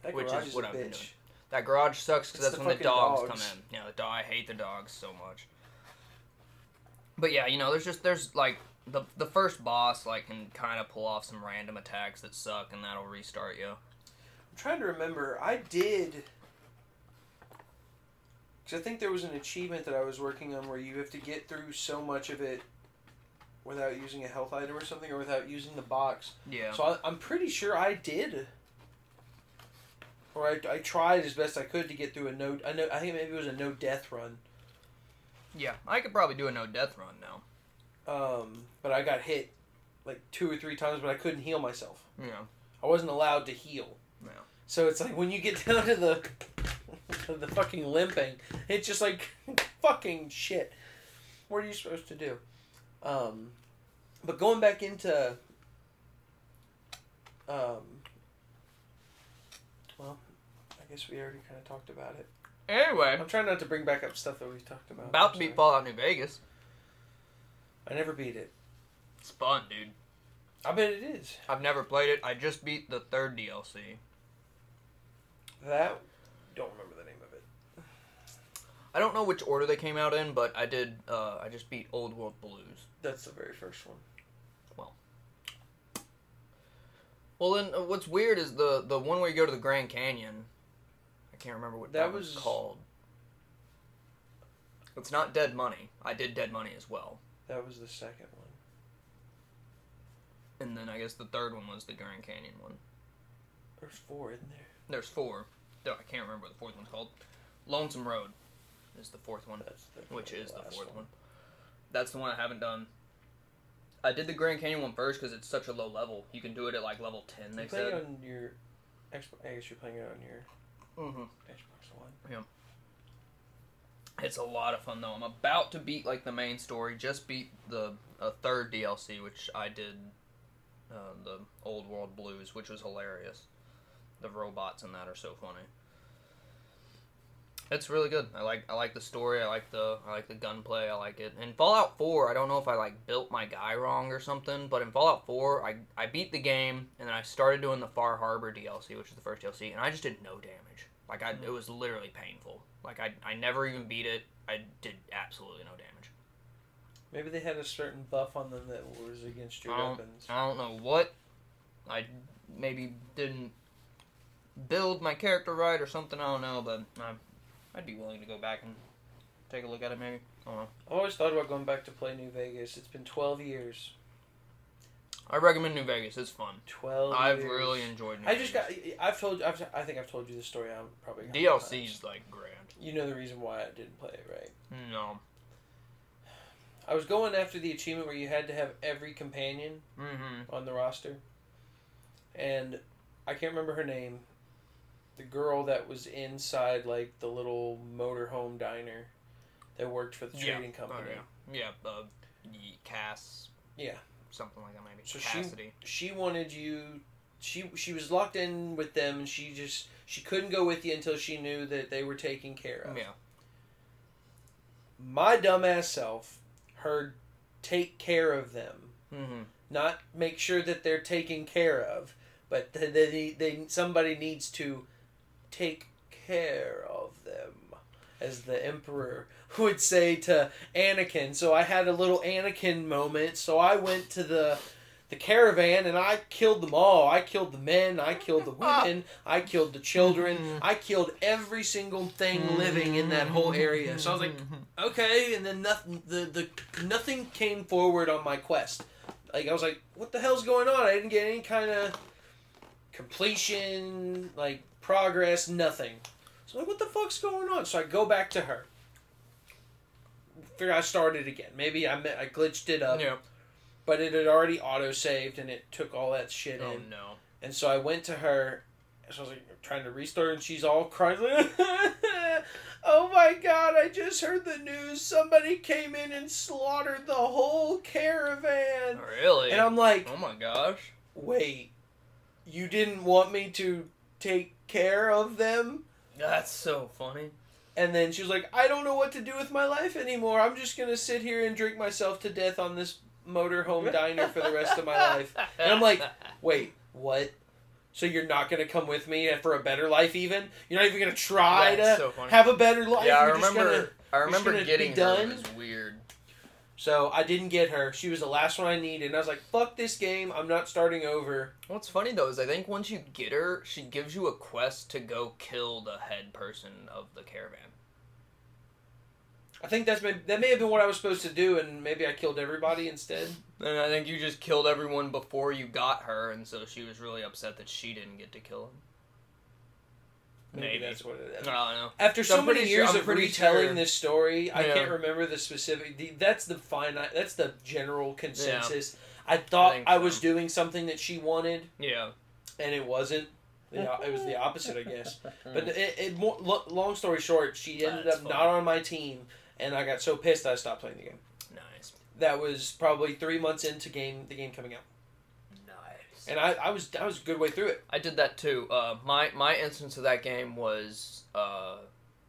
B: That
C: Which
B: garage
C: is
B: is
C: what
B: a
C: I've been
B: bitch.
C: doing. That garage sucks
B: It's
C: because that's
B: the
C: when the
B: fucking
C: dogs,
B: dogs.
C: come in. Yeah, the dog, I hate the dogs so much. But yeah, you know, there's just there's like the the first boss like can kind of pull off some random attacks that suck, and that'll restart you.
B: I'm trying to remember. I did. Because I think there was an achievement that I was working on where you have to get through so much of it without using a health item or something, or without using the box.
C: Yeah.
B: So I, I'm pretty sure I did. Or I, I tried as best I could to get through a no. I know I think maybe it was a no death run.
C: yeah, I could probably do a no death run now.
B: Um, but I got hit like two or three times, but I couldn't heal myself.
C: Yeah.
B: I wasn't allowed to heal.
C: Yeah.
B: So it's like when you get (laughs) down to the to the fucking limping, it's just like (laughs) fucking shit. What are you supposed to do? Um, but going back into um, well, I guess we already kind of talked about it.
C: Anyway,
B: I'm trying not to bring back up stuff that we've talked about.
C: about
B: I'm
C: to beat
B: sorry.
C: Fallout New Vegas.
B: I never beat it.
C: It's fun, dude.
B: I bet it is.
C: I've never played it. I just beat the third DLC.
B: That don't remember the name of it.
C: I don't know which order they came out in, but I did. Uh, I just beat Old World Blues.
B: That's the very first one.
C: Well, then uh, what's weird is the the one where you go to the Grand Canyon. I can't remember what that,
B: That
C: was
B: was-
C: called. It's not Dead Money. I did Dead Money as well,
B: That was the second one.
C: and then I guess the third one was the Grand Canyon one.
B: There's four in there.
C: There's four. Though I can't remember what the fourth one's called. Lonesome Road is the fourth one.
B: That's the
C: which is the
B: last
C: fourth one. That's the one I haven't done. I did the Grand Canyon one first because it's such a low level. You can do it at like level ten.
B: You
C: They
B: playing
C: said.
B: on your Xbox? I guess you're playing it on your
C: Mm-hmm.
B: Xbox One.
C: It's a lot of fun though. I'm about to beat like the main story. Just beat the a third DLC, which I did, uh, the Old World Blues, which was hilarious. The robots in that are so funny. It's really good. I like I like the story. I like the I like the gunplay. I like it. In Fallout Four, I don't know if I like built my guy wrong or something, but in Fallout Four, I I beat the game and then I started doing the Far Harbor DLC, which is the first DLC, and I just did no damage. Like I, it was literally painful. Like I I never even beat it. I did absolutely no damage.
B: Maybe they had a certain buff on them that was against your
C: I don't-
B: weapons.
C: I don't know what. I maybe didn't build my character right or something. I don't know, but I, I'd be willing to go back and take a look at it maybe. I don't know.
B: I always thought about going back to play New Vegas. It's been twelve years.
C: I recommend New Vegas. It's fun.
B: Twelve.
C: I've
B: years.
C: really enjoyed. New
B: Oh, I just got.
C: Vegas.
B: I've told. I've, I think I've told you this story. I'm probably a hundred times.
C: DLC's like grand.
B: You know the reason why I didn't play it, right?
C: No.
B: I was going after the achievement where you had to have every companion
C: Mm-hmm.
B: on the roster, and I can't remember her name. The girl that was inside like the little motorhome diner that worked for the
C: Yeah. Oh,
B: trading company.
C: yeah. Yeah. Uh, y- Cass.
B: Yeah.
C: Something like that maybe.
B: So she-
C: Cassidy.
B: She wanted you. She she was locked in with them, and she just she couldn't go with you until she knew that they were taken care of.
C: yeah.
B: My dumbass self heard take care of them,
C: Mm-hmm.
B: not make sure that they're taken care of, but they they, they somebody needs to take care of them. As the Emperor (laughs) would say to Anakin, so I had a little Anakin moment. So I went to the the caravan and I killed them all. I killed the men, I killed the women, I killed the children, I killed every single
C: Mm-hmm.
B: thing living in that whole area. So I was like, okay, and then nothing the, the nothing came forward on my quest. Like I was like, what the hell's going on? I didn't get any kind of completion, like progress, nothing. So like, what the fuck's going on? So I go back to her. Figure I started again. Maybe I me- I glitched it up
C: yeah.
B: but it had already auto saved and it took all that shit
C: Oh
B: in.
C: no.
B: And so I went to her, so I was like trying to restart, and she's all crying. like, (laughs) oh my god! I just heard the news. Somebody came in and slaughtered the whole caravan.
C: Really?
B: And I'm like,
C: oh my gosh.
B: wait, you didn't want me to take care of them?
C: That's so funny.
B: And then she was like, I don't know what to do with my life anymore. I'm just gonna sit here and drink myself to death on this
C: (laughs)
B: motorhome diner for the rest of my life. And I'm like, wait, what? So you're not gonna come with me for a better life? Even you're not even gonna try
C: That's
B: to
C: so funny.
B: have a better life.
C: yeah, I
B: You're just
C: remember.
B: gonna-
C: I
B: just
C: remember
B: gonna be
C: getting her.
B: done?
C: It was weird.
B: So I didn't get her. She was the last one I needed. And I was like, fuck this game. I'm not starting over.
C: What's funny though is I think once you get her, she gives you a quest to go kill the head person of the caravan.
B: I think that's may- that may have been what I was supposed to do, and maybe I killed everybody instead.
C: And I think you just killed everyone before you got her, and so she was really upset that she didn't get to kill him.
B: Maybe,
C: Maybe.
B: that's what it
C: I
B: is.
C: don't know.
B: After so
C: I'm
B: many
C: pretty sure-
B: years
C: I'm
B: of
C: pretty
B: retelling
C: sure-
B: this story, I
C: Yeah.
B: can't remember the specific. The, that's the finite. That's the general consensus. I
C: I
B: thought
C: think
B: I,
C: so.
B: was doing something that she wanted,
C: Yeah.
B: and it wasn't. Yeah, it was the opposite, I guess. But it, it more, lo- long story short, she ended
C: That's
B: up
C: fine.
B: not on my team, and I got so pissed I stopped playing the game.
C: nice,
B: That was probably three months into game the game coming out,
C: nice.
B: and I, I was I was a good way through it.
C: I did that too. Uh, my my instance of that game was uh,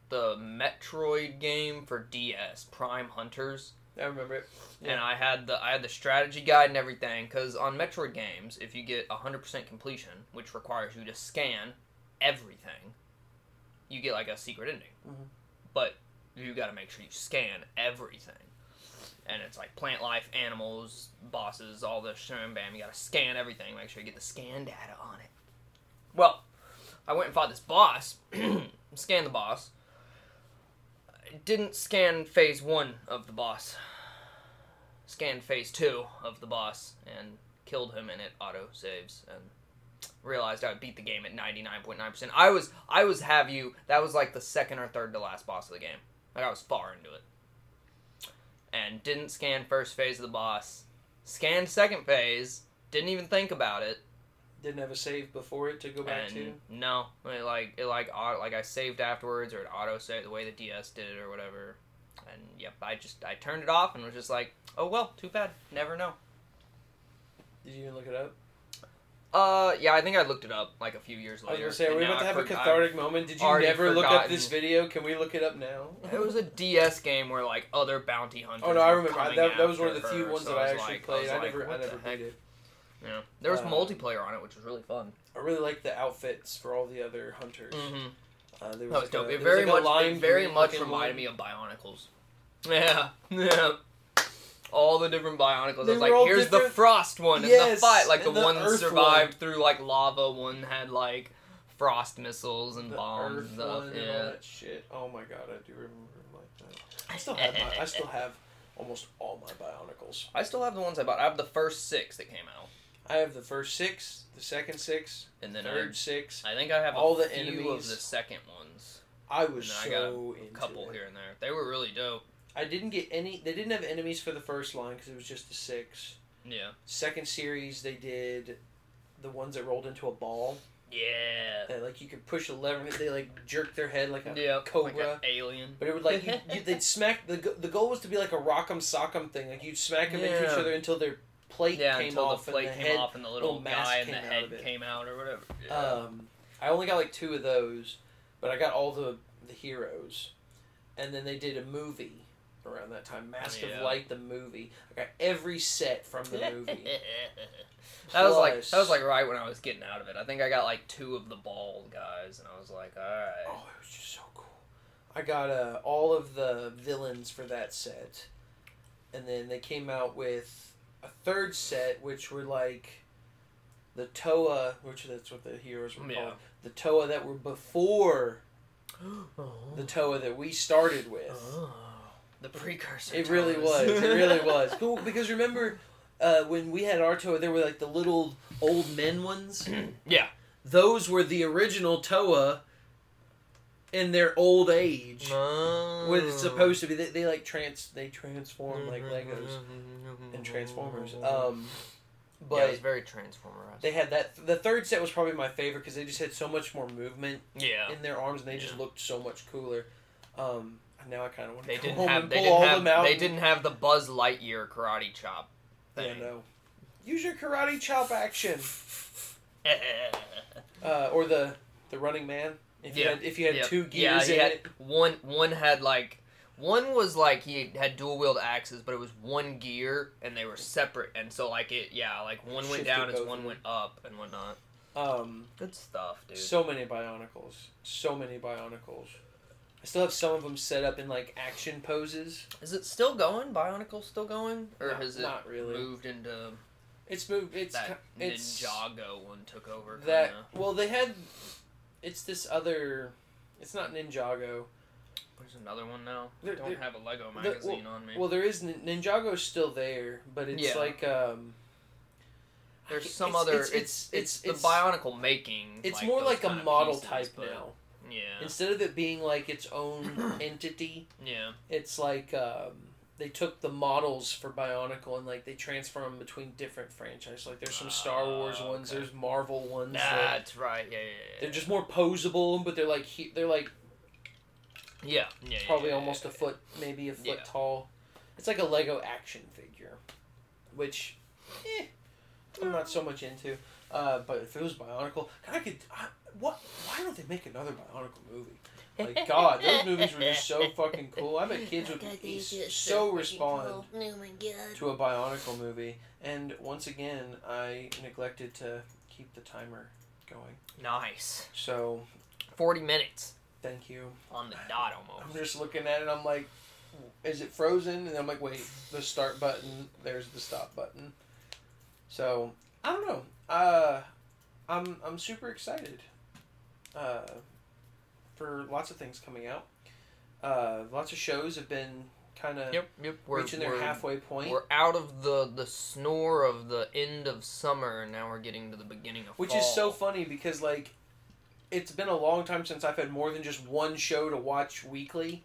C: the Metroid game for DS, Prime Hunters.
B: I remember it.
C: and I had the I had the strategy guide and everything because on Metroid games, if you get 100% completion, which requires you to scan everything, you get like a secret ending.
B: Mhm.
C: But you got to make sure you scan everything, and it's like plant life, animals, bosses, all the shim bam. You got to scan everything, make sure you get the scan data on it. Well, I went and fought this boss, (clears throat) scanned the boss. I didn't scan phase one of the boss scanned phase two of the boss and killed him and it auto saves and realized I would beat the game at 99.9%. I was I was have you that was like the second or third to last boss of the game. Like I was far into it. And didn't scan first phase of the boss. Scanned second phase, didn't even think about it.
B: Didn't have a save before it to go back
C: And
B: to.
C: no, it like it like auto, like I saved afterwards or it auto saved the way the DS did it or whatever. And yep, I just I turned it off and was just like, "Oh well, too bad. Never know."
B: Did you even look it up?
C: Uh, yeah, I think I looked it up like a few years
B: I was
C: later.
B: gonna say, are
C: and
B: we
C: now
B: about to
C: I
B: have a
C: forgot-
B: cathartic moment? Did you
C: already
B: never look up this
C: forgotten.
B: video? Can we look it up now?
C: (laughs) It was a DS game where like other bounty hunters.
B: Oh no, I
C: were
B: remember. I,
C: coming
B: that, that was one of
C: after
B: the few
C: her,
B: ones
C: so
B: that I
C: was
B: actually
C: like-
B: played.
C: was
B: I
C: like,
B: never, I
C: what the
B: never
C: heck?
B: played it.
C: Yeah, there was
B: Uh,
C: multiplayer on it, which was really fun.
B: I really liked the outfits for all the other hunters.
C: Mm-hmm.
B: Uh,
C: That
B: there
C: was
B: like
C: dope.
B: a-
C: it
B: there was
C: very
B: like a
C: much, it
B: lime
C: very
B: green
C: much
B: looking
C: reminded
B: one.
C: me of Bionicles. (laughs) Yeah, yeah. All the different Bionicles.
B: They
C: I was
B: were
C: like,
B: all
C: here's the
B: different-
C: frost one and the
B: Yes,
C: fight. Like the,
B: and the
C: one that
B: earth
C: survived through like lava. One had like frost missiles and
B: The
C: bombs
B: earth
C: and stuff.
B: one and all
C: Yeah.
B: that shit. Oh my god, I do remember like that. I still have. My, I still have almost all my Bionicles.
C: I still have the ones I bought. I have the first six that came out,
B: I have the first six, the second six,
C: and
B: the
C: then
B: third six.
C: I, I think I have all
B: all
C: the
B: the
C: few of
B: enemies.
C: the second ones.
B: I
C: And
B: was
C: then I got
B: so
C: a
B: into
C: couple
B: it.
C: here and there. They were really dope.
B: I didn't get any. They didn't have enemies for the first line because it was just the six.
C: Yeah,
B: Second series, they did the ones that rolled into a ball.
C: yeah,
B: And, like you could push a lever, and they like jerked their head like a
C: yeah.
B: cobra.
C: like an alien.
B: but it
C: (laughs)
B: would like you, you, they'd smack the go- the goal was to be like a rock'em sock'em thing. Like you'd smack them into
C: Yeah.
B: each other until their plate
C: yeah,
B: came
C: until
B: off
C: the plate
B: and the
C: came
B: head.
C: off and the little,
B: little mask
C: guy and the
B: came out of
C: head
B: it.
C: came out or whatever. Yeah.
B: Um, I only got like two of those, but I got all the the heroes, and then they did a movie around that time, Mask
C: Yeah.
B: of Light, the movie. I got every set
C: (laughs)
B: from the movie.
C: that was like
B: Plus-
C: that was like right when I was getting out of it. I think I got like two of the bald guys, and I was like, all
B: Oh, (gasps)
C: right.
B: it was just so cool. I got uh, all of the villains for that set, and then they came out with a third set, which were like the Toa, which that's what the heroes were
C: Yeah.
B: called. The Toa that were before the Toa that we started with.
C: Uh-huh. The precursor.
B: It really was.
C: toes.
B: It
C: (laughs)
B: really was. Cool, because remember uh, when we had our Toa, there were like the little old men ones.
C: (clears throat) Yeah.
B: Those were the original Toa in their old
C: Uh-huh.
B: age. What
C: Mm.
B: it's supposed to be. They, they like trans. They transform like
C: Mm-hmm,
B: Legos and Transformers. Um,
C: yeah, it was
B: but
C: very transformer.
B: they had that. The third set was probably my favorite because they just had so much more movement
C: Yeah.
B: in their arms and they just
C: Yeah.
B: looked so much cooler. Um, now I kind of want to
C: They
B: go
C: didn't
B: home
C: have.
B: and
C: They
B: pull
C: didn't
B: all
C: have.
B: them out.
C: They
B: and-
C: didn't have the Buzz Lightyear karate chop
B: Yeah,
C: thing.
B: no. Use your karate
C: (laughs)
B: chop action, uh, or the the running man. If you
C: Yeah.
B: had if you had
C: Yep.
B: two
C: Yeah,
B: gears
C: he
B: in
C: had
B: it,
C: one. One had like. One was like he had dual wheeled axes, but it was one gear and they were separate, and so like it, yeah, like one went
B: Shifted
C: down as
B: both
C: one
B: of
C: went up and whatnot.
B: um,
C: Good stuff, dude.
B: so many Bionicles, so many Bionicles. I still have some of them set up in like action poses.
C: Is it still going? Bionicle still going, or
B: No,
C: has it
B: not really.
C: moved into
B: It's moved. It's
C: that
B: ki- it's
C: Ninjago one took over?
B: that.
C: kinda?
B: Well, they had. It's this other. It's not Ninjago.
C: There's another one now.
B: There-
C: I don't
B: there-
C: have a Lego
B: well-
C: magazine on me.
B: Well, there is Nin- Ninjago's still there, but it's
C: Yeah.
B: like um.
C: There's some
B: it's-
C: other.
B: it's-
C: It's
B: it's-
C: it's,
B: it's-
C: the
B: it's-
C: Bionicle making.
B: It's more
C: those
B: like a
C: kind of
B: model
C: pieces,
B: type
C: but-
B: now.
C: Yeah.
B: Instead of it being like its
C: (coughs)
B: own entity,
C: Yeah.
B: it's like um, they took the models for Bionicle and like they transfer them between different franchises. Like there's some Star Wars
C: Ah,
B: ones,
C: okay.
B: there's Marvel ones. that-
C: That's right. Yeah. Yeah. yeah,
B: they're just more posable, but they're like he- they're like
C: Yeah. yeah, yeah
B: probably
C: yeah,
B: almost
C: yeah,
B: a foot, maybe a foot
C: Yeah.
B: tall. It's like a Lego action figure, which eh, I'm not so much into. Uh, but if it was Bionicle, I could. I, what? Why don't they make another Bionicle movie? Like God, those movies were just so fucking cool. I bet kids would
D: God,
B: be
D: these are
B: so
D: freaking
B: respond
D: cool. Oh my god.
B: to a Bionicle movie. And once again, I neglected to keep the timer going.
C: yeah. Nice.
B: So
C: Forty minutes
B: thank you.
C: on the dot
B: I'm
C: almost.
B: just looking at it. I'm like, is it frozen? And I'm like, wait, the start button. There's the stop button. So I don't know. Uh, I'm I'm super excited. Uh, for lots of things coming out. Uh, lots of shows have been kind of
C: Yep. Yep. We're,
B: reaching their
C: we're-
B: halfway point,
C: We're out of the the snore of the end of summer, and now we're getting to the beginning of
B: which is so
C: fall.
B: funny because like. It's been a long time since I've had more than just one show to watch weekly.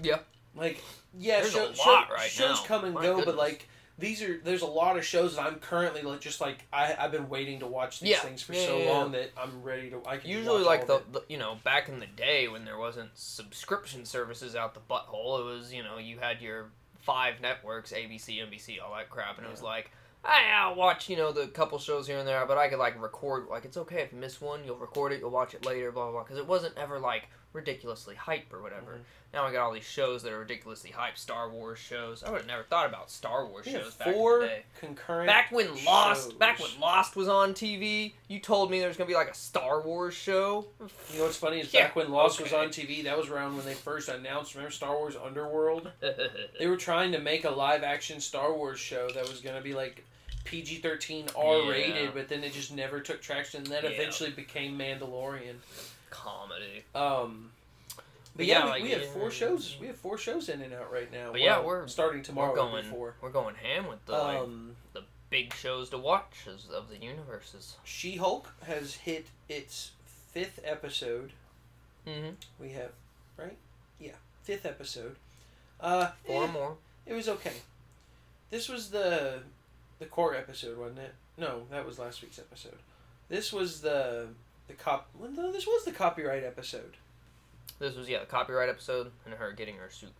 C: Yeah.
B: Like, yeah,
C: There's a
B: show- show-
C: lot right
B: shows
C: now.
B: come and
C: My
B: go, but
C: goodness.
B: like these are there's a lot of shows that I'm currently like just like I I've been waiting to watch these
C: Yeah.
B: things for
C: Yeah,
B: so
C: yeah, yeah.
B: long that I'm ready to I can
C: Usually,
B: watch
C: like
B: all of
C: the,
B: it.
C: the you know back in the day when there wasn't subscription services out the butthole, it was you know you had your five networks, ABC, NBC, all that crap, and it was like. "Hey, I'll watch, you know, the couple shows here and there, but I could like record. Like, it's okay if you miss one, you'll record it, you'll watch it later, blah blah. blah. Because it wasn't ever like ridiculously hype or whatever.
B: Mm-hmm.
C: Now I got all these shows that are ridiculously hype. Star Wars shows. I would have never thought about Star Wars
B: We have
C: shows back in
B: four
C: the day.
B: concurrent
C: Back when Lost, back when
B: shows.
C: Lost was on TV, you told me there was gonna be like a Star Wars show.
B: you know what's funny is
C: Yeah,
B: back when Lost was
C: okay.
B: on TV that was around when they first announced remember Star Wars Underworld they were trying to make a live action Star Wars show that was gonna be like PG thirteen R rated
C: Yeah.
B: but then it just never took traction and then
C: Yeah.
B: eventually became Mandalorian
C: (laughs) Comedy.
B: Um, but
C: But
B: yeah,
C: yeah,
B: we,
C: like,
B: we have
C: yeah.
B: four shows. We have four shows in and out right now.
C: But yeah,
B: Well,
C: we're-
B: starting tomorrow.
C: we're
B: it'll be
C: going.
B: four.
C: We're going ham with the like,
B: Um,
C: big shows to watch as- of the universes.
B: she Hulk has hit its fifth episode.
C: Mm-hmm.
B: We have right, yeah, fifth episode. Uh,
C: Four
B: eh,
C: more.
B: it was okay. This was the the core episode, wasn't it? No, that was last week's episode. This was the the cop. Well, no, this was the copyright episode.
C: This was yeah the copyright episode and her getting her suit,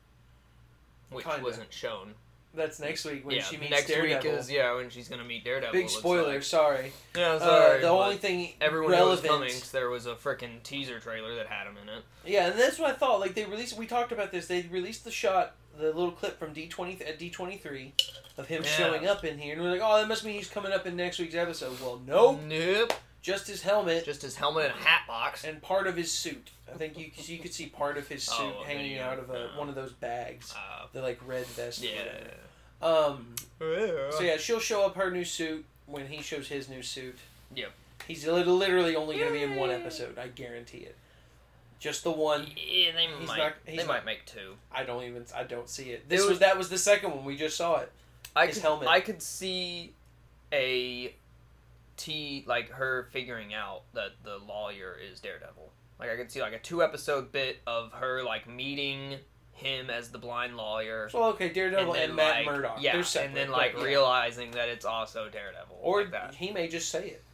C: which
B: Kinda.
C: wasn't shown.
B: That's next week when
C: yeah,
B: she meets
C: next
B: Daredevil.
C: week is yeah when she's gonna meet Daredevil.
B: Big
C: looks
B: spoiler.
C: like.
B: Sorry.
C: Yeah,
B: Uh,
C: sorry.
B: the
C: but-
B: only thing
C: Everyone
B: relevant,
C: knows coming. 'cause there was a freaking teaser trailer that had him in it.
B: Yeah, and that's what I thought. Like they released, we talked about this. They released the shot, the little clip from D twenty at D twenty three, of him
C: Yeah.
B: showing up in here, and we're like, oh, that must mean he's coming up in next week's episode. Well, nope,
C: Nope.
B: just his helmet
C: Just his helmet and hat box.
B: and part of his suit. I think you you could see part of his suit
C: (laughs) Oh, okay,
B: hanging
C: yeah.
B: out of a,
C: Uh,
B: one of those bags,
C: Uh,
B: the like red vest. or
C: yeah.
B: whatever. Um. So
C: So
B: yeah, she'll show up her new suit when he shows his new suit.
C: Yep.
B: He's lit- literally only going to be in one
C: Yay.
B: episode. I guarantee it. Just the one.
C: Yeah, they
B: He's
C: might.
B: not-
C: they
B: he's not-
C: might make two.
B: I don't even. I don't see it. This
C: There
B: was,
C: was-
B: that was the second one. We just saw it.
C: I
B: His
C: could,
B: helmet.
C: I could see a T like her figuring out that the lawyer is Daredevil. Like I could see like a two episode bit of her like meeting him as the blind lawyer.
B: Well, okay, Daredevil and,
C: like,
B: Matt Murdock.
C: Yeah,
B: They're separate,
C: and then
B: but
C: like
B: yeah.
C: realizing that it's also Daredevil.
B: Or
C: like that.
B: he may just say it.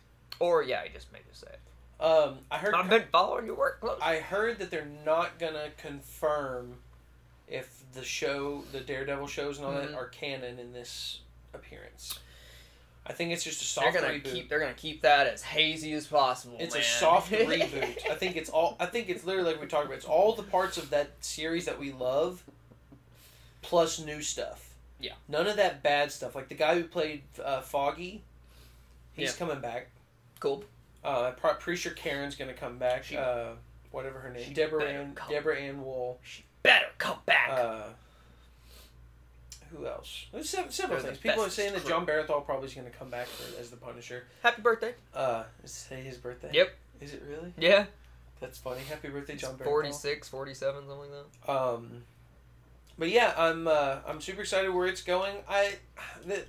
C: Or yeah, I just made you say it.
B: Um, I heard.
C: I've been following your work closely.
B: I heard that they're not gonna confirm if the show, the Daredevil shows and all
C: Mhm.
B: that, are canon in this appearance. I think it's just a
C: They're
B: soft
C: gonna
B: reboot.
C: keep. They're gonna keep that as hazy as possible.
B: It's
C: man.
B: a
C: (laughs)
B: soft reboot. I think it's all. I think it's literally like we talked about. It's all the parts of that series that we love, plus new stuff.
C: Yeah.
B: None of that bad stuff. Like the guy who played uh, Foggy, he's
C: Yeah.
B: coming back.
C: Cool.
B: Uh, I'm pro- pretty sure Karen's gonna come back.
C: She-
B: uh, whatever her name,
C: She
B: Deborah
C: better
B: Ann,
C: come.
B: Deborah Ann Wool.
C: She better come back.
B: Uh, who else? There's sev- several
C: They're the
B: things. People are
C: best
B: saying that
C: crew.
B: John Barathol probably is going to come back for, as the Punisher.
C: Happy birthday.
B: Uh, is today his birthday?
C: Yep.
B: Is it really?
C: Yeah.
B: That's funny. Happy birthday, John Barathol.
C: 46, 47, something like that.
B: Um, but yeah, I'm uh, I'm super excited where it's going. I the,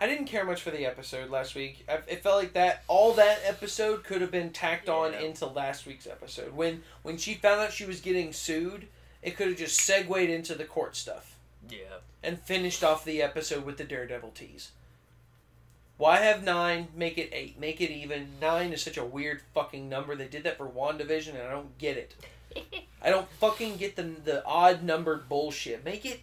B: I didn't care much for the episode last week. I, it felt like that all that episode could have been tacked on
C: Yeah.
B: into last week's episode. When when she found out she was getting sued, it could have just segued into the court stuff
C: Yeah.
B: and finished off the episode with the Daredevil tease. Why have nine? Make it eight. Make it even. Nine is such a weird fucking number. They did that for WandaVision, and I don't get it. I don't fucking get the the odd numbered bullshit. Make it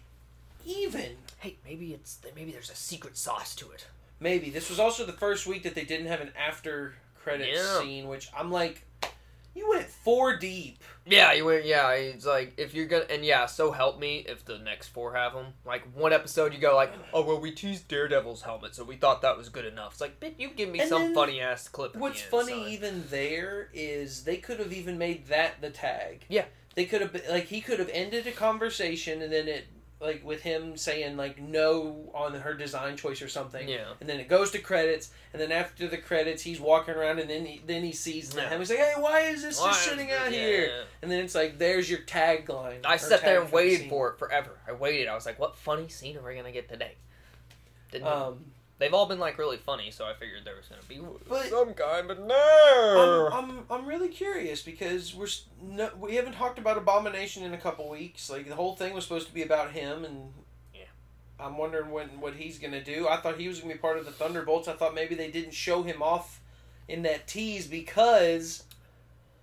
B: even.
C: hey, maybe it's maybe there's a secret sauce to it.
B: Maybe this was also the first week that they didn't have an after credit
C: Yeah.
B: scene, which I'm like, you went four deep.
C: Yeah, you went. Yeah, it's like if you're gonna, and yeah, so help me if the next four have them. Like one episode, you go like, oh well, we teased Daredevil's helmet, so we thought that was good enough. It's like, bitch, you give me
B: And
C: some
B: then
C: funny ass clip. at
B: What's
C: the end,
B: funny
C: son."
B: even there is they could have even made that the tag.
C: Yeah.
B: They could have like he could have ended a conversation and then it like with him saying like no on her design choice or something.
C: Yeah.
B: And then it goes to credits and then after the credits he's walking around and then he, then he sees them
C: Yeah.
B: and he's like, "Hey, why is this
C: Why
B: just
C: is
B: sitting
C: it-
B: out
C: yeah,
B: here?"
C: yeah.
B: And then it's like there's your tagline.
C: I
B: or
C: sat there
B: tag
C: and
B: for the
C: waited
B: scene.
C: for it forever. I waited. I was like, what funny scene are we gonna get today? Didn't.
B: Um
C: They've all been like really funny, so I figured there was gonna be
B: But-
C: some kind, but no.
B: I'm, I'm, I'm really curious because we're s- no, we haven't talked about Abomination in a couple weeks. Like the whole thing was supposed to be about him, and
C: Yeah.
B: I'm wondering when what he's gonna do. I thought he was gonna be part of the Thunderbolts. I thought maybe they didn't show him off in that tease because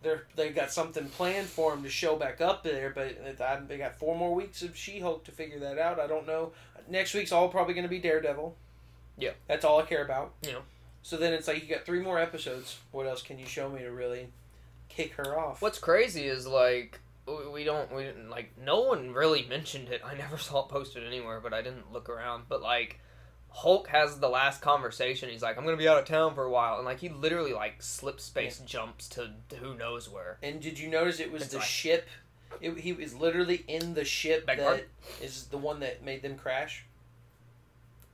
B: they're they got something planned for him to show back up there. But it- I, they got four more weeks of She Hulk to figure that out. I don't know. Next week's all probably gonna be Daredevil.
C: Yeah.
B: that's all I care about.
C: Yeah.
B: So then it's like you got three more episodes. What else can you show me to really kick her off?
C: What's crazy is like we- we don't we didn't like no one really mentioned it. I never (laughs) saw it posted anywhere, but I didn't look around. But like Hulk has the last conversation. He's like, "I'm gonna be out of town for a while," and like he literally like slip space jumps to who knows where.
B: And did you notice it was
C: It's
B: the
C: like-
B: ship? It, he was literally in the ship that
C: Beg
B: is
C: pardon?
B: the one that made them crash.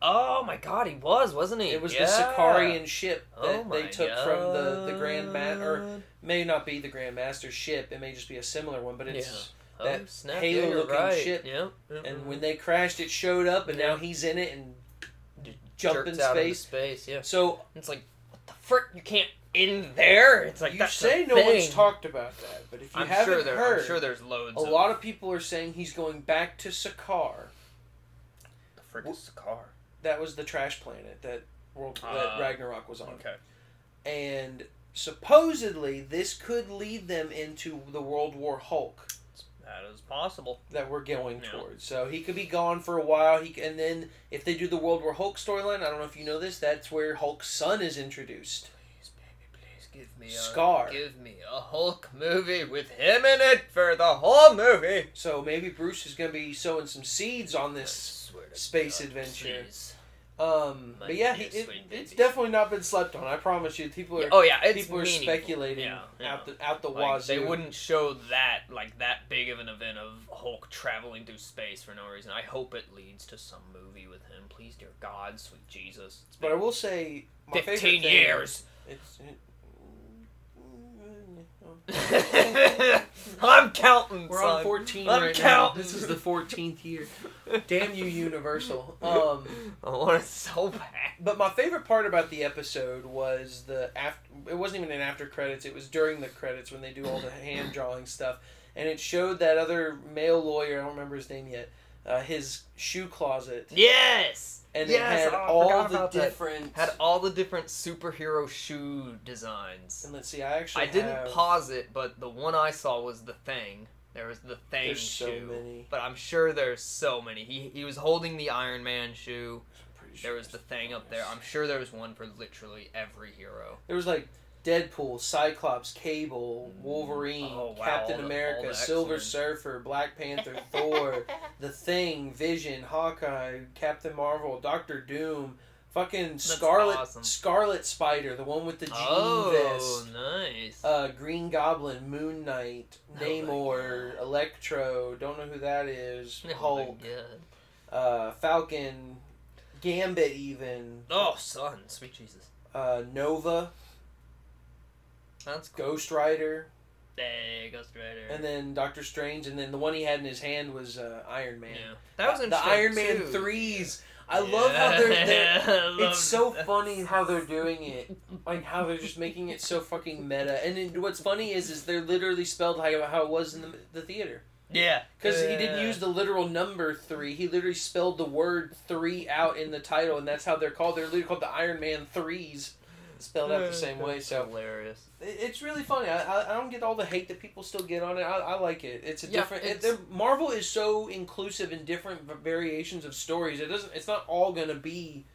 C: Oh my god, he was wasn't he?
B: It was
C: Yeah.
B: the Sicarian ship that
C: Oh my
B: they took
C: god.
B: from the the Grand Ma- or may not be the Grand Master's ship. It may just be a similar one, but it's
C: oh,
B: that
C: snap,
B: halo
C: yeah, you're
B: looking
C: right.
B: ship.
C: Yeah. Mhm.
B: and when they crashed, it showed up, and
C: Yeah.
B: now he's in it and
C: Just
B: jump
C: jerks
B: in
C: out into
B: space.
C: space. Yeah.
B: So
C: It's like what the frick? You can't in there. It's like
B: you
C: that's a
B: say no one's
C: thing.
B: talked about that, but if you
C: I'm
B: haven't
C: sure there.
B: heard,
C: I'm sure there's loads.
B: a
C: of
B: lot of people are saying he's going back to Sakaar.
C: the frick is car.
B: That was the trash planet that World that
C: Ah.
B: Ragnarok was on.
C: Okay.
B: And supposedly this could lead them into the World War Hulk
C: That is possible.
B: that we're going
C: Yeah.
B: towards. So he could be gone for a while. He c- and then if they do the World War Hulk storyline, I don't know if you know this, that's where Hulk's son is introduced.
C: Please, baby, please give me a
B: Scar.
C: Give me a Hulk movie with him in it for the whole movie.
B: So maybe Bruce is going to be sowing some seeds on
C: I
B: this.
C: swear to
B: space
C: God,
B: adventure.
C: please.
B: Um,
C: My
B: but yeah, he,
C: dear
B: it,
C: sweet
B: it's
C: baby.
B: definitely not been slept on. I promise you, people are
C: Yeah, oh yeah, it's
B: people are
C: meaningful.
B: speculating
C: Yeah, yeah.
B: out the out the
C: Like, they
B: wazoo.
C: wouldn't show that like that big of an event of Hulk traveling through space for no reason. I hope it leads to some movie with him. Please, dear God, sweet Jesus. It's
B: But I
C: been
B: will say, my favorite
C: fifteen
B: thing-
C: years.
B: It's,
C: (laughs) I'm counting.
B: we're
C: son.
B: on 14
C: I'm
B: right
C: counting.
B: now. This is the 14th year.
C: (laughs)
B: Damn you, (laughs) Universal. Um,
C: I want it so bad.
B: but my favorite part about the episode was the after. It wasn't even an after credits. It was during the credits when they do all the hand drawing stuff, and it showed that other male lawyer. I don't remember his name yet. Uh, his shoe closet,
C: Yes.
B: and
C: Yes,
B: it had
C: oh, I
B: all
C: forgot
B: the
C: about that.
B: different.
C: Had all the different superhero shoe designs.
B: and let's see. I actually
C: I didn't
B: have-
C: pause it, but the one I saw was the thing. There was the thing
B: There's so
C: shoe.
B: many.
C: But I'm sure there's so many. He he was holding the Iron Man shoe.
B: I'm pretty
C: There
B: sure
C: was the thing up there.
B: there's-
C: I'm sure there was one for literally every hero.
B: There was like Deadpool, Cyclops, Cable, Wolverine,
C: Oh, wow, all
B: Captain
C: the- all
B: America,
C: the
B: Silver
C: X-Men.
B: Surfer,
C: (laughs)
B: Black Panther, Thor, The Thing, Vision, Hawkeye, Captain Marvel, Doctor Doom, Fucking
C: That's
B: Scarlet
C: awesome.
B: Scarlet Spider, the one with the jean
C: Oh,
B: vest.
C: nice.
B: Uh, Green Goblin, Moon Knight,
C: Oh my
B: Namor,
C: God.
B: Electro, don't know who that is,
C: Oh my
B: Hulk,
C: God.
B: uh, Falcon, Gambit even,
C: Oh, son, sweet Jesus.
B: uh, Nova,
C: That's cool.
B: Ghost Rider,
C: Hey, Ghost Rider.
B: and then Doctor Strange, and then the one he had in his hand was uh, Iron Man.
C: yeah. that was
B: the
C: interesting
B: Iron Man
C: too.
B: threes. I love how they're, they're
C: Yeah, (laughs) I love
B: It's so
C: that.
B: funny how they're doing it, like how they're just making it so fucking meta. And it, what's funny is, is they're literally spelled how, how it was in the, the theater.
C: Yeah,
B: Because he didn't use the literal number three, he literally spelled the word three out in the title, and that's how they're called. They're literally called the Iron Man threes, spelled out
C: (laughs)
B: the same way. So
C: hilarious.
B: it- it's really funny. I, I, I don't get all the hate that people still get on it. I, I like it. It's a
C: Yeah,
B: different. It,
C: it's-
B: they're- Marvel is so inclusive in different v- variations of stories. It doesn't. It's not all gonna be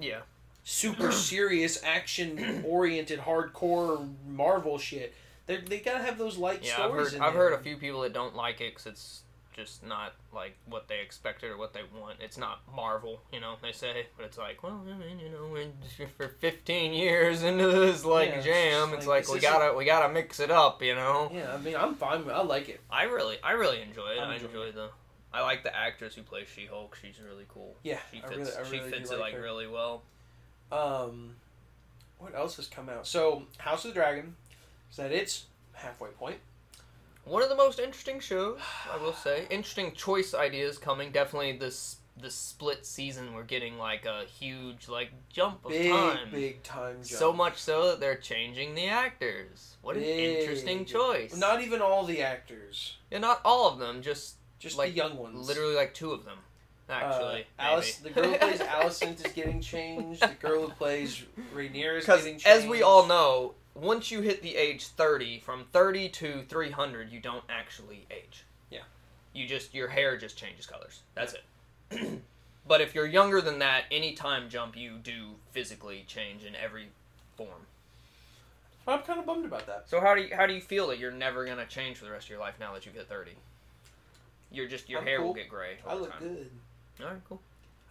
C: Yeah,
B: super serious action oriented hardcore Marvel shit. They they gotta have those light
C: yeah. I've
B: stories.
C: heard
B: in
C: I've
B: there.
C: heard a few people that don't like it 'cause it's just not like what they expected or what they want. It's not Marvel, you know. They say, but it's like, well, I mean, you know, we're just- (laughs) for 15 years into this like
B: Yeah, it's
C: jam,
B: just
C: it's
B: like,
C: like,
B: this
C: we
B: isn't-
C: gotta we gotta mix it up, you know.
B: Yeah, I mean I'm fine with. I like it.
C: I really I really enjoy it.
B: I'm
C: I
B: enjoying
C: enjoy the. I like the actress who plays She Hulk. She's really cool.
B: Yeah,
C: She
B: I
C: fits,
B: really I really
C: she fits
B: do
C: it
B: like
C: like
B: her.
C: really well.
B: Um, what else has come out? So House of the Dragon is that its halfway point.
C: One of the most interesting shows, I will say. Interesting choice ideas coming. Definitely this the split season we're getting like a huge like jump of
B: Big
C: time.
B: big time jump.
C: So much so that they're changing the actors. What an
B: Big.
C: interesting choice.
B: Not even all the actors,
C: yeah, not all of them, just
B: just
C: Like,
B: the young ones.
C: literally like two of them. Actually,
B: Uh, Alice, the
C: maybe.
B: girl
C: (laughs)
B: who plays Alicent is getting changed. The girl who plays
C: (laughs)
B: Rainier is
C: Because
B: getting changed.
C: as we all know, once you hit the age 30, from 30 to 300, you don't actually age.
B: Yeah.
C: You just, your hair just changes colors. That's it. (clears throat) but if you're younger than that, any time jump, you do physically change in every form.
B: I'm kind of bummed about that.
C: So how do you, how do you feel that you're never going to change for the rest of your life now that you've hit 30? You're just, your
B: I'm
C: hair
B: cool.
C: will get gray
B: I
C: over
B: look
C: time.
B: good.
C: All right, cool.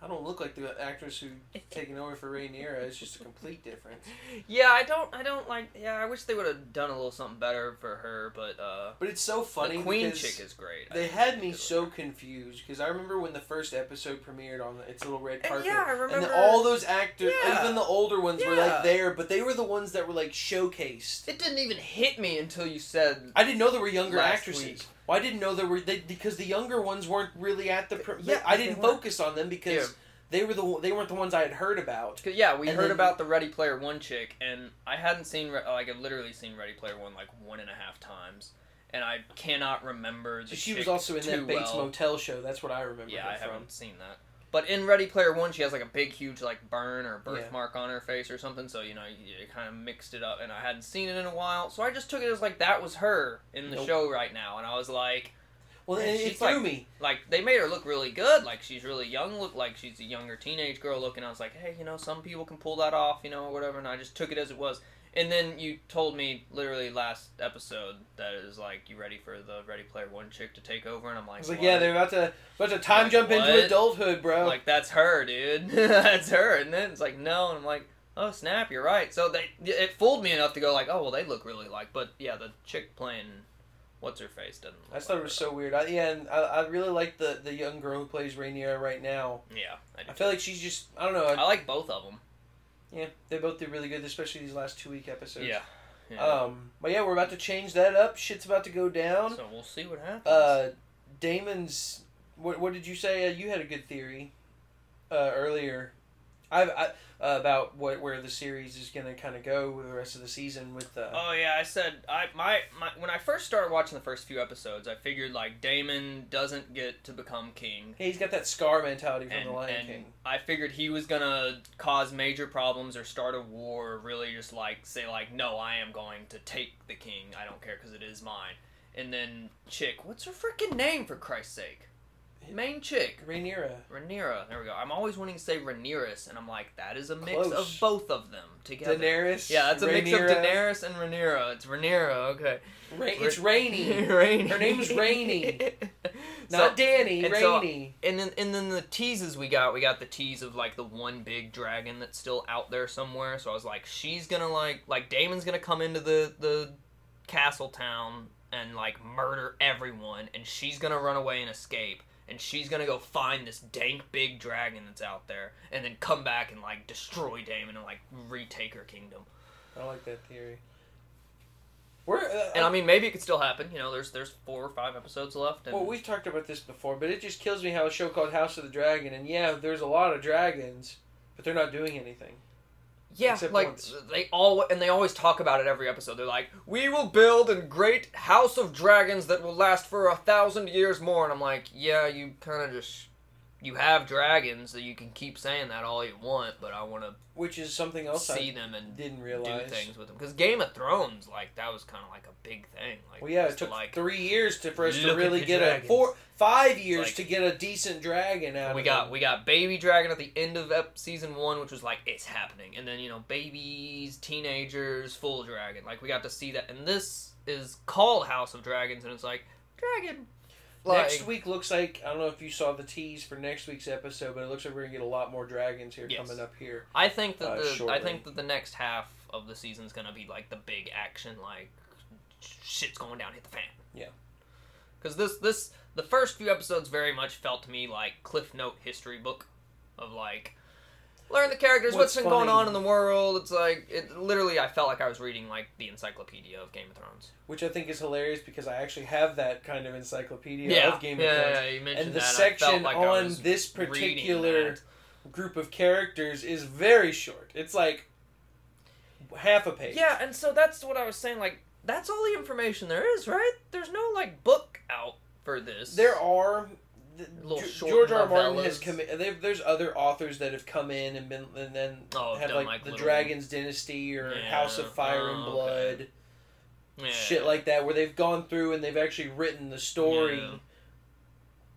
B: I don't look like the
C: (laughs)
B: actress who taken over for Rhaenyra. It's just a complete difference.
C: Yeah, I don't, I don't like, yeah, I wish they would have done a little something better for her, but, uh,
B: But it's so funny.
C: the queen
B: because
C: chick is great. I
B: They
C: think
B: had
C: she
B: me
C: did
B: so confused because I remember when the first episode premiered on the, its little red
C: And
B: carpet.
C: yeah, I
B: and the-
C: remember-
B: all those actors,
C: Yeah.
B: even the older ones, were
C: Yeah.
B: like there, but they were the ones that were like showcased.
C: It didn't even hit me until you said.
B: I didn't know there were younger
C: Last
B: actresses.
C: week.
B: Well, I didn't know there were they, because the younger ones weren't really at the. Pre-
C: Yeah,
B: I
C: they
B: didn't
C: weren't.
B: focus on them because they were the one- they weren't the ones I had heard about.
C: 'Cause, yeah, we
B: And
C: heard
B: then-
C: about the Ready Player One chick, and I hadn't seen Re- like I've literally seen Ready Player One like one and a half times, and I cannot remember. The
B: She was
C: chick
B: also in
C: too
B: that Bates
C: well.
B: Motel show. That's what I remember.
C: Yeah,
B: her
C: I
B: from.
C: haven't seen that. But in Ready Player One, she has like a big, huge like burn or birthmark on her face or something. So you know, you, you kind of mixed it up, and I hadn't seen it in a while, so I just took it as like that was her in the
B: Nope.
C: show right now, and I was like,
B: Well,
C: Yeah,
B: it, it
C: she's
B: threw
C: like-
B: me.
C: like they made her look really good like she's really young look like she's a younger teenage girl looking i was like hey you know some people can pull that off you know or whatever and i just took it as it was and then you told me literally last episode that it was like you ready for the ready player one chick to take over and i'm
B: I
C: like,
B: was like,
C: "What?"
B: yeah, they're about to about to time
C: Like,
B: jump
C: what?
B: into adulthood, bro.
C: like that's her dude (laughs) that's her and then it's like no and i'm like oh snap you're right so they it fooled me enough to go like oh well they look really like but yeah the chick playing what's her face doesn't look
B: I just thought
C: like
B: it was
C: her.
B: so weird. I, yeah, and I, I really like the the young girl who plays Rainier right now.
C: yeah I, do.
B: I feel like she's just I don't know. I,
C: I like both of them
B: yeah, they both did really good, especially these last two week episodes.
C: yeah, yeah.
B: Um, but yeah, we're about to change that up. Shit's about to go down.
C: So we'll see what happens.
B: Uh, Damon's. What what did you say? Uh, you had a good theory, uh, earlier. I've I, uh, about what where the series is gonna kind of go with the rest of the season with uh,
C: oh yeah, I said I my, my when I first started watching the first few episodes, I figured like Damon doesn't get to become king.
B: Yeah, he's got that scar mentality from
C: And,
B: the Lion
C: and
B: King.
C: I figured he was gonna cause major problems or start a war, or really just like say like, no, I am going to take the king. I don't care because it is mine. And then chick, what's her freaking name for Christ's sake? Main chick,
B: Rhaenyra.
C: Rhaenyra. There we go. I'm always wanting to say Rhaenyra's, and I'm like, that is a mix
B: Close.
C: of both of them together.
B: Daenerys.
C: Yeah, it's a mix of
B: Rhaenyra.
C: Daenerys and Rhaenyra. It's Rhaenyra, okay. (laughs)
B: Ra- it's Rainy.
C: Rainy.
B: Her name's Rainy.
C: (laughs)
B: Not
C: So-
B: Danny,
C: and so-
B: Rainy.
C: And then and then the teases we got, we got the tease of like the one big dragon that's still out there somewhere. So I was like, she's gonna like like Damon's gonna come into the the castle town and like murder everyone, and she's gonna run away and escape. And she's gonna go find this dank big dragon that's out there, and then come back and like destroy Damon and like retake her kingdom.
B: I like that theory. We're, uh,
C: And I mean, maybe it could still happen. You know, there's there's four or five episodes left. And
B: well, we've talked about this before, but it just kills me how a show called House of the Dragon, and yeah, there's a lot of dragons, but they're not doing anything.
C: Yeah,
B: Except
C: like
B: once.
C: they all and they always talk about it every episode. They're like, "We will build a great house of dragons that will last for a thousand years more." And I'm like, "Yeah, you kind of just you have dragons that you can keep saying that all you want, but I want to
B: Which is something else
C: see
B: I
C: them and
B: didn't
C: do
B: realize.
C: things with them." Because Game of Thrones, like that was kind of like a big thing. Like,
B: Well, yeah, it
C: just to,
B: took
C: like
B: three years to for us
C: look
B: to
C: at
B: really
C: the
B: get a
C: dragons.
B: four, five years
C: Like-
B: to get a decent dragon out.
C: we
B: of
C: got
B: them.
C: we got baby dragon at the end of ep- season one, which was like it's happening, and then you know babies, teenagers, full dragon. Like we got to see that, and this is called House of Dragons, and it's like dragon. Like,
B: next week looks like I don't know if you saw the tease for next week's episode, but it looks like we're gonna get a lot more dragons here
C: Yes.
B: coming up here.
C: I think that
B: uh,
C: the I
B: shortly.
C: think that the next half of the season's gonna be like the big action, like shit's going down, hit the fan.
B: Yeah.
C: Because this this the first few episodes very much felt to me like Cliff Note history book of like learn the characters,
B: What's
C: what's been going on
B: funny-
C: in the world. It's like it literally I felt like I was reading like the encyclopedia of Game of Thrones.
B: which I think is hilarious because I actually have that kind of encyclopedia of Game of
C: yeah,
B: Thrones.
C: yeah, you mentioned
B: And the
C: that. I
B: section
C: felt like I
B: on
C: was
B: this
C: reading
B: particular
C: that.
B: group of characters is very short. It's like half a page.
C: Yeah, and so that's what I was saying. Like that's all the information there is, right? There's no like book out for this.
B: There are th-
C: Little
B: Ge-
C: short
B: George R. R. Martin has
C: novellas.
B: come. they've- There's other authors that have come in and been and then
C: Oh,
B: had
C: done,
B: like,
C: like,
B: the
C: little-
B: Dragon's Dynasty or
C: Yeah,
B: House of Fire and
C: oh,
B: Blood,
C: okay. yeah.
B: shit like that, where they've gone through and they've actually written the story
C: Yeah.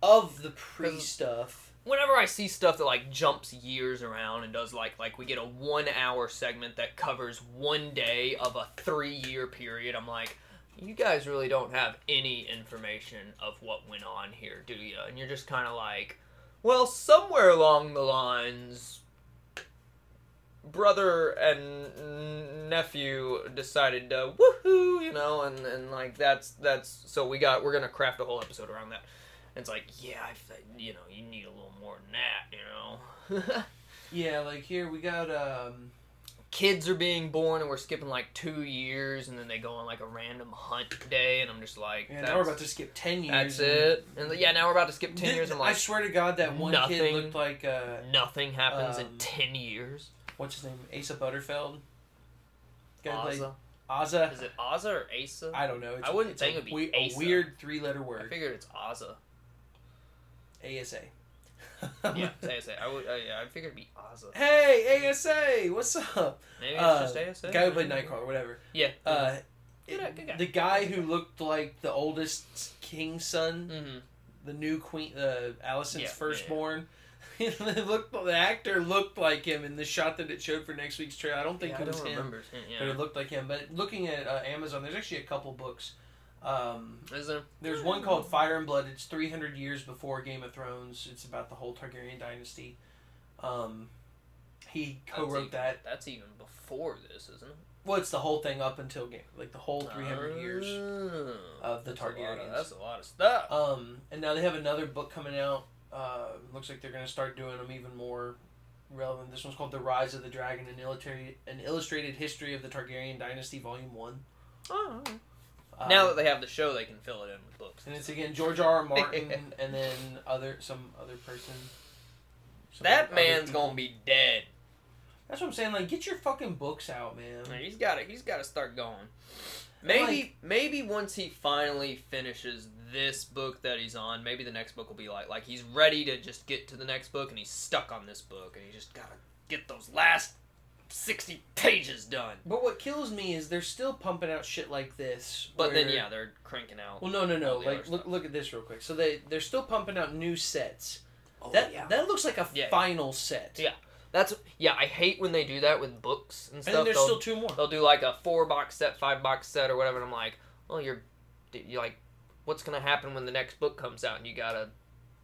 B: of the pre
C: 'Cause-
B: stuff.
C: whenever I see stuff that like jumps years around and does like like we get a one hour segment that covers one day of a three year period, I'm like, you guys really don't have any information of what went on here, do you? And you're just kind of like, well, somewhere along the lines. Brother and nephew decided to woohoo, you know, and, and like that's that's so we got we're gonna craft a whole episode around that. And it's like, yeah, I, f- you know, you need a little more than that, you know. (laughs)
B: Yeah, like here we got um
C: Kids are being born, and we're skipping like two years, and then they go on like a random hunt day, and I'm just like,
B: Yeah,
C: that's,
B: now we're about to skip ten years.
C: that's
B: and-
C: it. And yeah, now we're about to skip ten
B: Did-
C: years. I'm
B: I
C: like,
B: swear to God, that one kid
C: nothing.
B: looked like uh,
C: nothing happens in
B: um,
C: ten years.
B: what's his name, Asa Butterfeld. Guy who played
C: Aza.
B: Asa.
C: Is it Aza or Asa? I,
B: I don't know. It's,
C: I wouldn't
B: it's
C: think
B: a,
C: it'd be
B: we- a
C: Asa.
B: weird three-letter word.
C: figured it's Aza.
B: ASA. (laughs)
C: Yeah, it's ASA. I would. Uh, yeah, I figured it'd be Aza.
B: hey ASA, what's up?
C: Maybe it's
B: Uh,
C: just ASA.
B: guy who played Nightcrawler, whatever.
C: Yeah.
B: Uh,
C: Good guy, good guy.
B: The guy who looked like the oldest king's son,
C: mm-hmm.
B: the new queen, uh, Allison's
C: Yeah, yeah, yeah.
B: firstborn. (laughs) It looked, the actor looked like him in the shot that it showed for next week's trailer. I don't think
C: yeah,
B: it
C: I
B: was
C: don't
B: him.
C: remember.
B: but
C: Yeah.
B: it looked like him. But looking at uh, Amazon, there's actually a couple books. Um,
C: Is there?
B: there's one called Fire and Blood. It's 300 years before Game of Thrones. It's about the whole Targaryen dynasty. Um, he
C: That's
B: co-wrote
C: even-
B: that.
C: That's even before this, isn't it?
B: Well, it's the whole thing up until game, like the whole 300
C: Uh.
B: years. of
C: Oh.
B: the
C: That's a lot
B: Targaryens.
C: that's a lot of stuff.
B: Um, and now they have another book coming out. Uh, looks like they're going to start doing them even more relevant. This one's called The Rise of the Dragon: An Illustrated, an illustrated History of the Targaryen Dynasty, Volume One. Um,
C: now that they have the show, they can fill it in with books.
B: And it's again George R. R. Martin
C: (laughs)
B: and then other some other person. Some
C: that
B: other
C: man's
B: people.
C: gonna be dead.
B: That's what I'm saying. Like, get your fucking books out, man.
C: He's got to. He's got to start going. Maybe, maybe once he finally finishes this book that he's on, maybe the next book will be like, like he's ready to just get to the next book, and he's stuck on this book, and he just gotta get those last sixty pages done.
B: But what kills me is they're still pumping out shit like this.
C: But then,
B: where-
C: yeah, they're cranking out.
B: Well, no, no, no.
C: All the
B: Like,
C: other
B: look,
C: stuff.
B: look at this real quick. So they they're still pumping out new sets.
C: Oh,
B: that that looks like a
C: Yeah.
B: final set.
C: Yeah, That's yeah. I hate when they do that with books and
B: And
C: stuff.
B: then there's
C: They'll-
B: still two more.
C: they'll do like a four box set, five box set, or whatever. And I'm like, well, you're, you're like, what's gonna happen when the next book comes out and you gotta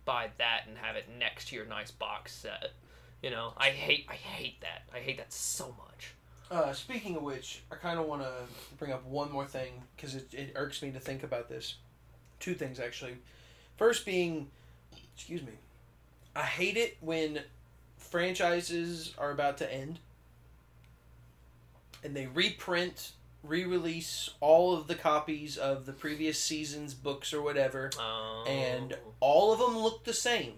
C: buy that and have it next to your nice box set. You know, I hate I hate that. I hate that so much.
B: Uh, speaking of which, I kind of want to bring up one more thing because it, it irks me to think about this. Two things, actually. First, being, excuse me, I hate it when franchises are about to end and they reprint, re release all of the copies of the previous season's books or whatever.
C: Um,
B: And all of them look the same,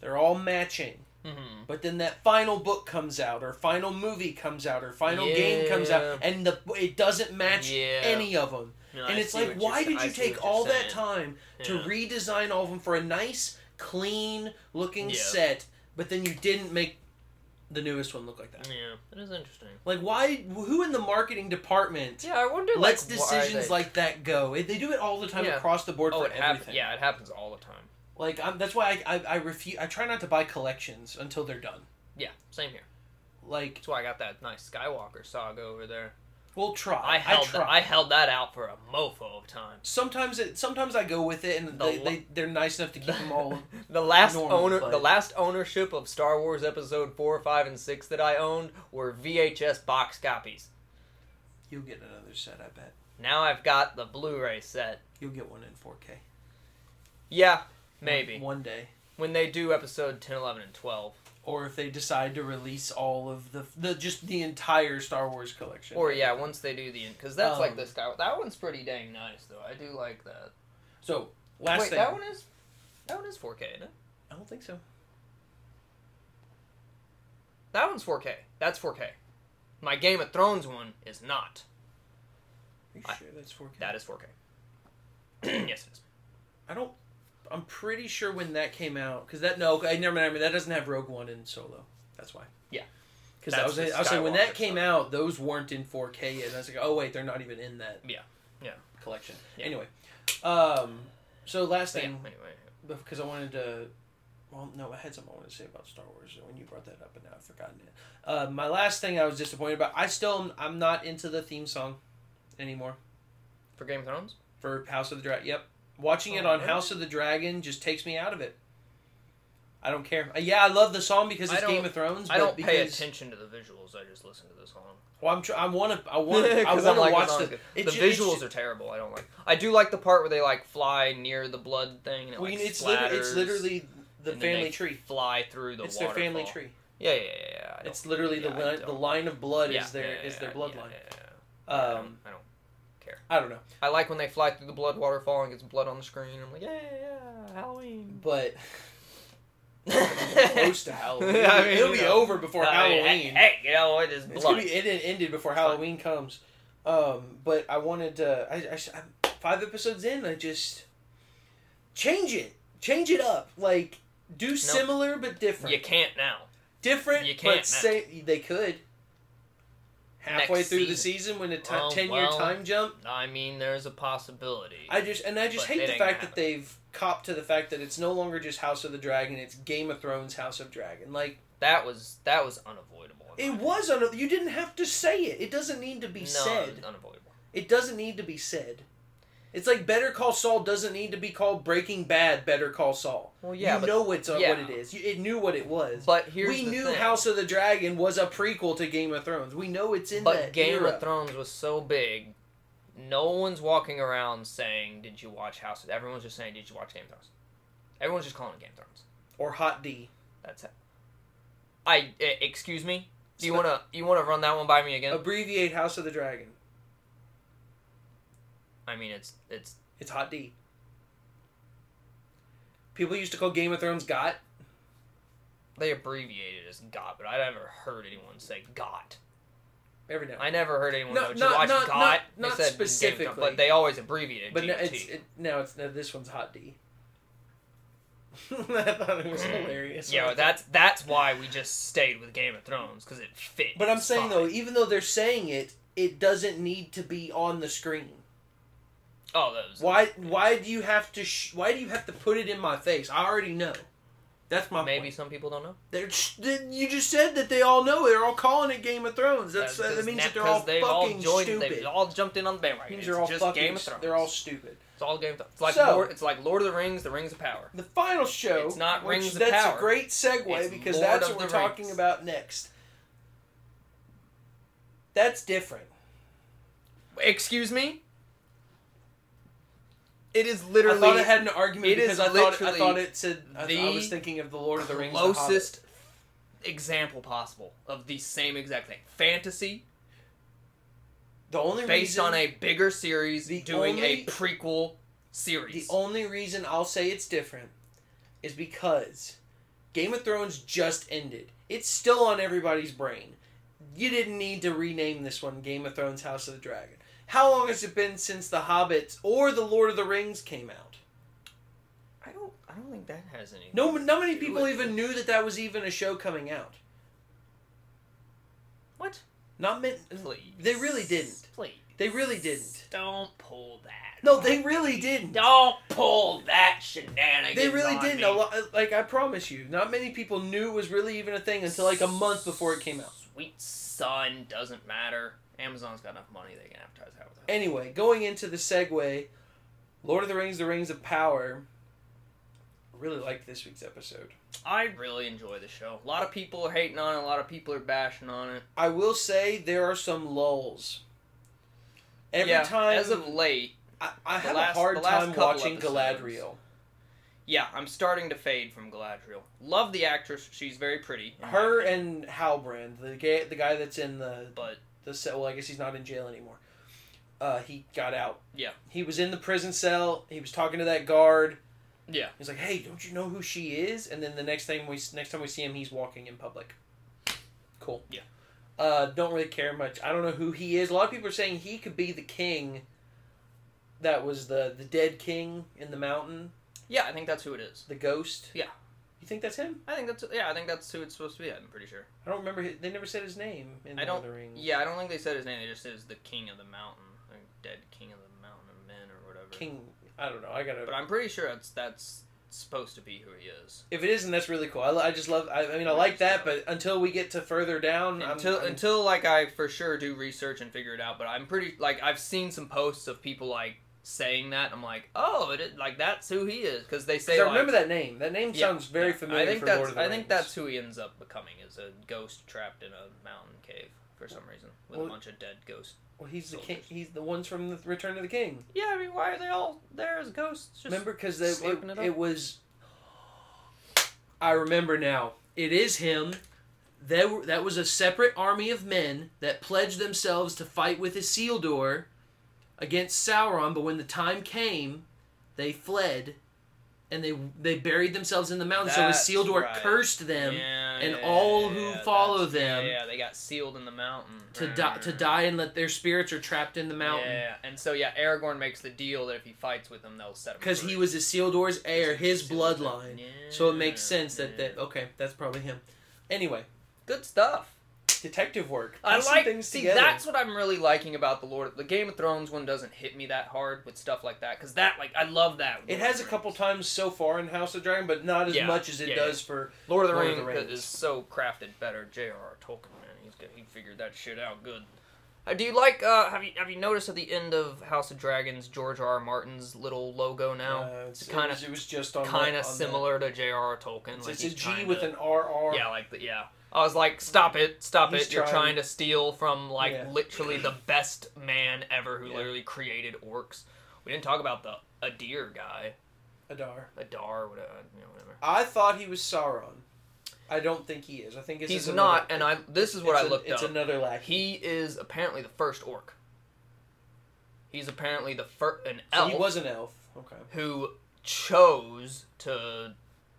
B: they're all matching.
C: hmm
B: But then that final book comes out, or final movie comes out, or final game comes out, and the it doesn't match
C: Yeah.
B: any of them. and it's like, why did you take all that time to redesign all of them for a nice, clean looking
C: Yeah.
B: set, but then you didn't make the newest one look like that?
C: Yeah, that is interesting.
B: Like, why? Who in the marketing department
C: Yeah, I wonder.
B: lets
C: like, why
B: decisions
C: they-
B: like that go? It- They do it all the time
C: Yeah.
B: across the board
C: oh,
B: for
C: it happens.
B: everything.
C: Yeah, it happens all the time.
B: Like, I'm, that's why I I, I refuse. I try not to buy collections until they're done.
C: Yeah, same here.
B: Like,
C: That's why I got that nice Skywalker saga over there.
B: we'll try.
C: I held
B: try.
C: that, I held that out for a mofo of time.
B: sometimes it sometimes I go with it and
C: The
B: they,
C: lo-
B: they they're nice enough to keep them
C: (laughs)
B: all.
C: The last
B: Normal,
C: owner,
B: but-
C: the last ownership of Star Wars Episode Four, Five, and Six that I owned were VHS box copies.
B: You'll get another set, I bet.
C: Now I've got the Blu-ray set.
B: You'll get one in 4K.
C: Yeah, maybe
B: One, one day,
C: when they do Episode 10, 11, and 12,
B: or if they decide to release all of the the just the entire Star Wars collection.
C: or yeah, once they do the because that's like
B: Um,
C: the Sky. That one's pretty dang nice though. I do like that.
B: So last
C: Wait,
B: thing.
C: that one is that one is 4K. Isn't it?
B: I don't think so.
C: That one's 4K. That's 4K. My Game of Thrones one is not.
B: Are you
C: I-
B: sure that's 4K?
C: That is 4K.
B: (clears throat)
C: yes, it is.
B: I don't. I'm pretty sure when that came out because that no, I never mind. I mean, that doesn't have Rogue One in Solo. That's why.
C: Yeah.
B: Because I
C: That's
B: was,
C: the
B: I was like, when that
C: Skywalker
B: came
C: stuff.
B: out, those weren't in 4K yet. And I was like, oh wait, they're not even in that.
C: Yeah. Yeah.
B: Collection.
C: Yeah.
B: Anyway, um, so last
C: But yeah,
B: thing
C: anyway,
B: because I wanted to. Well, no, I had something I wanted to say about Star Wars when you brought that up, and now I've forgotten it. Uh, my last thing I was disappointed about. I still am, I'm not into the theme song anymore
C: for Game of Thrones.
B: for House of the Dragon. Yep, watching it
C: Oh,
B: on
C: really?
B: House of the Dragon just takes me out of it. I don't care. Uh, yeah, I love the song because
C: I
B: it's
C: don't-
B: Game of Thrones. But
C: I don't
B: because,
C: pay attention to the visuals. I just listen to the
B: (laughs)
C: song.
B: Well, I'm tr- I want to.
C: (laughs)
B: I want. to. I
C: 'Cause
B: want
C: I'm
B: to
C: like,
B: watch
C: song's
B: the.
C: good.
B: it
C: the
B: ju- it's
C: visuals
B: ju-
C: are terrible. I don't like. I do like the part where they like fly near the blood thing. And it,
B: well,
C: like,
B: you know, it's literally, it's
C: splatters,
B: literally the
C: and then
B: family
C: they
B: tree.
C: Fly through the.
B: It's their family
C: waterfall.
B: tree.
C: Yeah, yeah, yeah. yeah. I don't-
B: It's literally
C: yeah, I
B: the line, the
C: don't-
B: line of blood
C: yeah,
B: is their
C: yeah,
B: is their
C: yeah,
B: bloodline.
C: yeah, yeah, yeah. I don't-
B: Um,
C: I don't.
B: I don't know,
C: I like when they fly through the blood waterfall and gets blood on the screen. I'm like, yeah, yeah, Halloween. (laughs)
B: but
C: Close
B: (laughs)
C: (laughs)
B: close to Halloween. It'll be over before
C: Uh,
B: Halloween.
C: Hey, you know what? It's
B: it's gonna
C: blood.
B: be it ended before
C: fine.
B: Halloween comes. Um, but I wanted to. I, I, am five episodes in. I just change it, change it up. Like do similar but different.
C: You can't now.
B: different.
C: you can't
B: But say they could. Halfway
C: Next
B: through the
C: season.
B: season, when a ti-
C: Oh,
B: ten year
C: well.
B: time jump,
C: I mean, there's a possibility.
B: I just and I just
C: But it
B: hate the
C: ain't gonna
B: fact that
C: happen.
B: they've copped to the fact that it's no longer just House of the Dragon; it's Game of Thrones House of Dragon. Like.
C: that was that was unavoidable. in
B: It
C: my
B: was un- you didn't have to say it. It doesn't need to be
C: opinion. no, it was
B: said.
C: unavoidable.
B: It doesn't need to be said. It's like Better Call Saul doesn't need to be called Breaking Bad Better Call Saul.
C: Well, yeah,
B: you
C: but,
B: know it's uh,
C: yeah.
B: what it is. You, it knew what it was.
C: but here's
B: we
C: the
B: knew
C: thing.
B: House of the Dragon was a prequel to Game of Thrones. We know it's in
C: but
B: that
C: Game
B: era.
C: of Thrones was so big. No one's walking around saying, "Did you watch House?" of-" Everyone's just saying, "Did you watch Game of Thrones?" Everyone's just calling it Game of Thrones.
B: or Hot D.
C: That's it. I eh, excuse me. Do you
B: It's
C: wanna you wanna run that one by me again?
B: Abbreviate House of the Dragon.
C: I mean, it's it's
B: It's Hot D. People used to call Game of Thrones "Got."
C: they abbreviated as "got," but I never heard anyone say "got."
B: Every now. and
C: I never heard anyone
B: No,
C: go, "Did
B: not-
C: you watch
B: not-
C: "got."
B: not-
C: They
B: not
C: said Game of Thrones,
B: specifically.
C: but they always abbreviated.
B: But no,
C: GOT.
B: it's it, now it's now this one's hot D. (laughs) I thought it was hilarious.
C: Mm. yeah, well, that's that's why we just stayed with Game of Thrones because it fit.
B: But I'm
C: It's fine.
B: saying though, e- even though they're saying it, it doesn't need to be on the screen.
C: oh, those
B: Why? Why do you have to? Sh- why do you have to put it in my face? I already know. That's my
C: Maybe
B: point.
C: some people don't know.
B: They're just, they- you just said that they all know. They're all calling it Game of Thrones. That's, that,
C: because
B: that means
C: na-
B: that they're
C: 'cause
B: all
C: they've
B: fucking
C: joined,
B: stupid.
C: They've all jumped in on the bandwagon.
B: Means
C: It's
B: they're all
C: just
B: fucking.
C: Game of
B: s-
C: Thrones.
B: They're all stupid.
C: It's all Game of Thrones. It's like
B: So-
C: Lord, it's like Lord of the Rings, the Rings of Power.
B: The final show.
C: It's not
B: which
C: Rings of
B: That's
C: Power.
B: a great segue
C: It's
B: because
C: Lord
B: that's
C: of
B: what we're
C: the
B: talking
C: Rings.
B: about next. That's different.
C: Excuse me. It is
B: I thought
C: literally
B: I had an argument
C: it
B: because
C: is
B: I thought I
C: literally
B: thought it said I, th- I
C: the
B: was thinking of the Lord of the Rings. The Hobbit.
C: closest example possible of the same exact thing. Fantasy
B: The only
C: based
B: reason,
C: on a bigger series,
B: The
C: doing
B: only-
C: a prequel
B: The
C: series.
B: only reason I'll say it's different is because Game of Thrones just ended. It's still on everybody's brain. You didn't need to rename this one Game of Thrones House of the Dragon. How long has it been since The Hobbits or The Lord of the Rings came out?
C: I don't. I don't think that has any.
B: No, not many
C: Do
B: people
C: it.
B: even knew that that was even a show coming out.
C: What?
B: Not meant.
C: Please.
B: They really didn't.
C: Please.
B: They really didn't.
C: Don't pull that.
B: No, they really didn't.
C: Don't pull that shenanigans.
B: They really
C: on
B: didn't.
C: me.
B: A lot, like I promise you, not many people knew it was really even a thing until like a month before it came out.
C: Sweet son doesn't matter. Amazon's got enough money they can advertise however. the hell-
B: Anyway, going into the segue, Lord of the Rings: The Rings of Power. Really liked this week's episode.
C: I really enjoy the show. A lot of people are hating on it. A lot of people are bashing on it.
B: I will say there are some lulls. Every
C: Yeah,
B: time
C: as of late,
B: I, I
C: the
B: have
C: last-
B: a hard
C: the last
B: time
C: couple
B: watching
C: episodes.
B: Galadriel.
C: yeah, I'm starting to fade from Galadriel. Love the actress. She's very pretty. in my
B: Her
C: opinion,
B: and Halbrand, the guy, the guy that's in the
C: but
B: the cell. Well, I guess he's not in jail anymore. Uh, he got out.
C: Yeah.
B: He was in the prison cell. He was talking to that guard.
C: Yeah.
B: He's like, "Hey, don't you know who she is?" And then the next thing we next time we see him, he's walking in public. Cool.
C: Yeah.
B: Uh, don't really care much. I don't know who he is. A lot of people are saying he could be the king. That was the the dead king in the mountain,
C: yeah, I think that's who it is.
B: the ghost.
C: Yeah.
B: You think that's him?
C: I think that's yeah. I think that's who it's supposed to be. I'm pretty sure.
B: I don't remember. His, they never said his name in
C: I
B: Lord of
C: don't-
B: the Rings.
C: Yeah, I don't think they said his name. They just said it was the King of the Mountain, like dead King of the Mountain of Men or whatever.
B: King. I don't know. I gotta.
C: But I'm pretty sure that's that's supposed to be who he is.
B: If it isn't, that's really cool. I, lo- I just love. I, I mean, I like that, but until we get to further down, I'm-
C: Until
B: I'm,
C: until like I for sure do research and figure it out. But I'm pretty like I've seen some posts of people like saying that. I'm like, oh, it is, like that's who he is because they
B: 'cause
C: say.
B: I
C: like-
B: remember that name. That name
C: Yeah,
B: sounds very
C: yeah.
B: familiar.
C: I think
B: for
C: that's
B: Lord of the
C: I
B: Rings.
C: think that's who he ends up becoming is a ghost trapped in a mountain cave for some reason with
B: Well-
C: a bunch of dead ghosts.
B: Well, he's the king.
C: Soldiers.
B: He's the ones from the Return of the King.
C: Yeah, I mean, why are they all there as ghosts? Just
B: remember, because it,
C: sleeping it up?
B: it was. I remember now. It is him. That were, that was a separate army of men that pledged themselves to fight with Isildur against Sauron. But when the time came, they fled, and they they buried themselves in the mountains.
C: That's
B: so Isildur
C: right.
B: cursed them.
C: Yeah,
B: and
C: yeah,
B: all who
C: yeah,
B: follow
C: that's- yeah,
B: them
C: Yeah, they got sealed in the mountain
B: To, die, to die and let their spirits are trapped in the mountain.
C: Yeah, and so yeah, Aragorn makes the deal that if he fights with them, they'll set him
B: Because he
C: free.
B: was Isildur's heir,
C: Because he's
B: his
C: Isildur.
B: bloodline.
C: Yeah,
B: So it makes sense that,
C: yeah.
B: that okay, that's probably him. Anyway,
C: good stuff.
B: detective work.
C: I
B: Piecing
C: like
B: things
C: see
B: together.
C: that's what I'm really liking about the Lord. The Game of Thrones one doesn't hit me that hard with stuff like that because that like I love that. with
B: it
C: Lord
B: has a
C: of the
B: couple
C: Rings.
B: times so far in House of Dragon, but not as
C: Yeah,
B: much as it
C: yeah,
B: does for
C: Lord of the
B: Lord of
C: Rings
B: the
C: that
B: Rings.
C: is so crafted better. J.R.R. Tolkien man, he's got, he figured that shit out good. Uh, do you like? Uh, have you have you noticed at the end of House of Dragons, George R. R. Martin's little logo now?
B: uh, it's,
C: kinda-
B: it was, it was just on
C: kind
B: on
C: of
B: the-
C: similar to J.R.R. Tolkien.
B: It's,
C: like
B: it's a
C: he's
B: G
C: trying
B: with
C: to-
B: an RR.
C: yeah, like the, yeah. I was like, stop it, stop
B: He's
C: it! You're
B: trying-
C: trying to steal from like
B: Yeah.
C: literally the best man ever, who
B: Yeah.
C: literally created orcs. We didn't talk about the Adir guy,
B: Adar.
C: Adar, whatever. You know, whatever.
B: I thought he was Sauron. I don't think he is. I think it's
C: He's
B: another-
C: not, and I. This is what
B: it's
C: I
B: an-
C: looked
B: It's
C: up.
B: another lackey.
C: He is apparently the first orc. He's apparently the first an
B: So
C: elf
B: he was an elf. Okay,
C: who chose to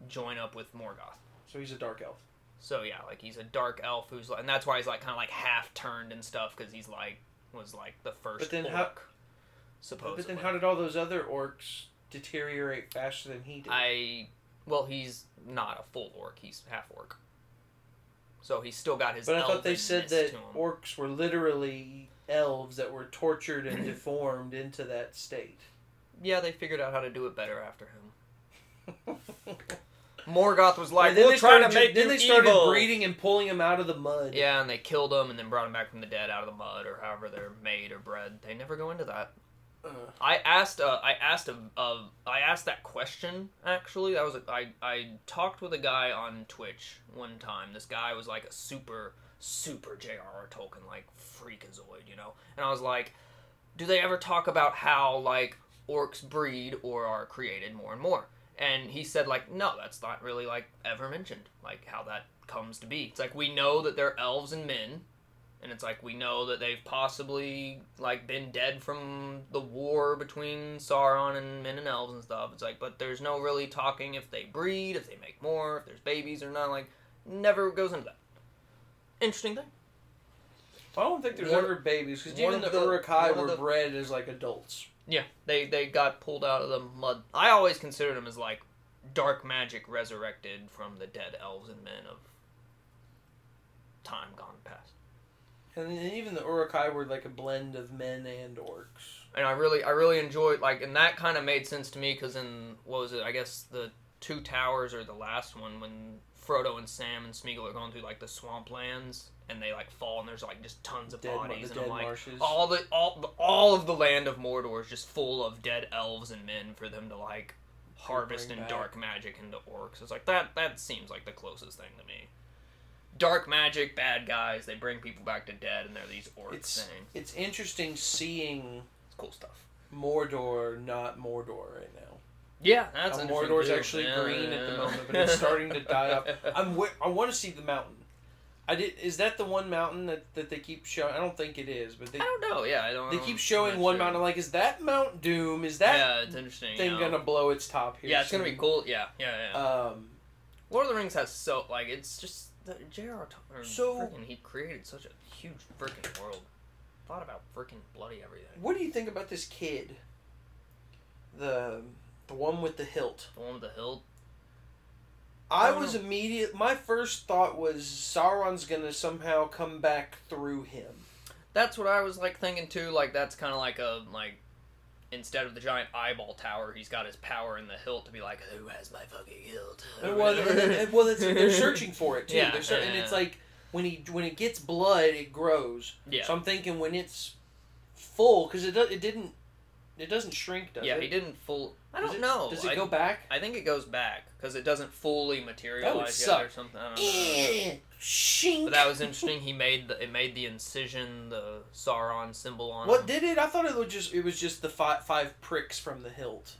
C: join up with Morgoth.
B: so he's a dark elf.
C: So yeah, like he's a dark elf who's like, and that's why he's like kind of like half turned and stuff because he's like was like the first
B: But then
C: orc,
B: how-
C: supposedly.
B: But then how did all those other orcs deteriorate faster than he did?
C: I well, he's not a full orc; he's half orc. So he's still got his.
B: but I thought they
C: elvenness
B: said
C: to
B: that
C: him.
B: orcs were literally elves that were tortured and deformed
C: (laughs)
B: into that state.
C: yeah, they figured out how to do it better after him. Morgoth was like,
B: And then
C: "We'll
B: they
C: try
B: started,
C: to make
B: then
C: you
B: they started
C: evil."
B: breeding and pulling him out of the mud.
C: Yeah, and they killed them and then brought them back from the dead out of the mud or however they're made or bred. They never go into that.
B: Uh,
C: I asked uh, I asked a, a I asked that question actually. That was a, I I talked with a guy on Twitch one time. This guy was like a super super J.R.R. Tolkien like freakazoid, you know. And I was like, do they ever talk about how like orcs breed or are created more and more? And he said like, no, that's not really like ever mentioned, like how that comes to be. It's like we know that they're elves and men, and it's like we know that they've possibly like been dead from the war between Sauron and men and elves and stuff. It's like, but there's no really talking if they breed, if they make more, if there's babies or not. Like, never goes into that. Interesting thing.
B: I don't think there's
C: One-
B: ever babies because
C: one
B: even the,
C: of the-
B: Urukai
C: one of
B: were
C: the-
B: bred as like adults.
C: Yeah, they they got pulled out of the mud. I always considered them as like dark magic resurrected from the dead elves and men of time gone past.
B: And then even the Urukai were like a blend of men and orcs.
C: and I really I really enjoyed like and that kind of made sense to me because in what was it I guess the Two Towers or the last one when Frodo and Sam and Smeagol are going through like the swamplands and they like fall and there's like just tons of
B: Dead, mar- the
C: bodies and
B: dead
C: I'm like
B: marshes.
C: all the all the, all of the land of Mordor is just full of dead elves and men for them to like harvest
B: bring
C: and
B: back.
C: dark magic into orcs. It's like that that seems like the closest thing to me. Dark magic, bad guys. They bring people back to dead, and they're these orcs.
B: It's-
C: thing.
B: It's interesting seeing
C: It's cool stuff.
B: Mordor not Mordor right now.
C: Yeah, that's
B: Now,
C: interesting
B: Mordor's
C: too.
B: actually
C: Yeah,
B: green at the
C: yeah.
B: moment, but it's starting to
C: (laughs)
B: die off. I'm w- I want to see the mountain. I did. Is that the one mountain that, that they keep showing? I don't think it is, but they
C: I don't know. Yeah, I don't.
B: they
C: I'm
B: keep showing
C: not
B: one
C: sure.
B: mountain. I'm like, is that Mount Doom? Is that
C: yeah, it's interesting.
B: thing
C: yeah.
B: gonna blow its top here?
C: Yeah, it's gonna be
B: soon?
C: cool. Yeah, yeah, yeah.
B: Um,
C: Lord of the Rings has so like it's just the J.R.R. Tolkien.
B: So-
C: freaking, he created such a huge freaking world. Thought about freaking bloody everything.
B: what do you think about this kid? The the one with the hilt.
C: The one with the hilt.
B: I
C: I don't
B: was immediate. My first thought was Sauron's gonna somehow come back through him.
C: That's what I was like thinking too. Like that's kind of like a like. Instead of the giant eyeball tower, he's got his power in the hilt to be like, "Who has my fucking hilt?"
B: And Well, and- and- and- well,
C: (laughs)
B: that's, they're searching for it too.
C: Yeah,
B: they're searching, and
C: yeah,
B: it's
C: yeah.
B: like when he when it gets blood, it grows.
C: Yeah.
B: So I'm thinking when it's full, because it do, it didn't it doesn't shrink, does
C: yeah,
B: it?
C: he didn't full. I
B: Does
C: don't
B: it-
C: know.
B: Does it
C: I-
B: go back?
C: I think it goes back because it doesn't fully materialize yet
B: suck.
C: or something. I don't know.
B: Eh, shink.
C: But that was interesting. He made the it made the incision, the Sauron symbol on.
B: What
C: him.
B: did it? I thought it was just it was just the five five pricks from the hilt.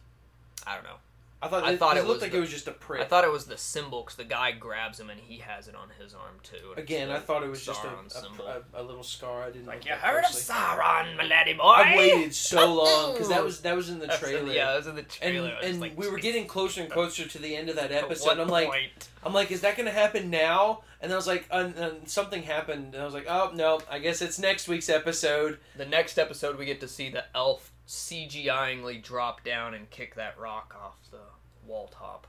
C: I don't know.
B: I thought
C: I
B: it,
C: thought it
B: it looked
C: was
B: like
C: the-
B: it was just a prick.
C: I thought it was the symbol because the guy grabs him and he has it on his arm too. and it's
B: Again,
C: the
B: I thought it was just a,
C: Sauron
B: a,
C: symbol.
B: pr- a, a little scar. I didn't
C: like
B: look
C: you
B: that
C: heard of
B: closely.
C: Sauron, my laddie boy.
B: I waited so long because that was that was in the
C: That's in
B: trailer.
C: yeah, that was in the
B: And,
C: trailer. I was
B: and
C: like,
B: we were getting closer and closer to the end of that
C: at
B: episode.
C: what
B: And I'm like,
C: point?
B: I'm like, is that gonna happen now? And I was like, un, un, something happened. And I was like, oh no, I guess it's next week's episode.
C: the next episode we get to see the elf CGIingly drop down and kick that rock off the wall top.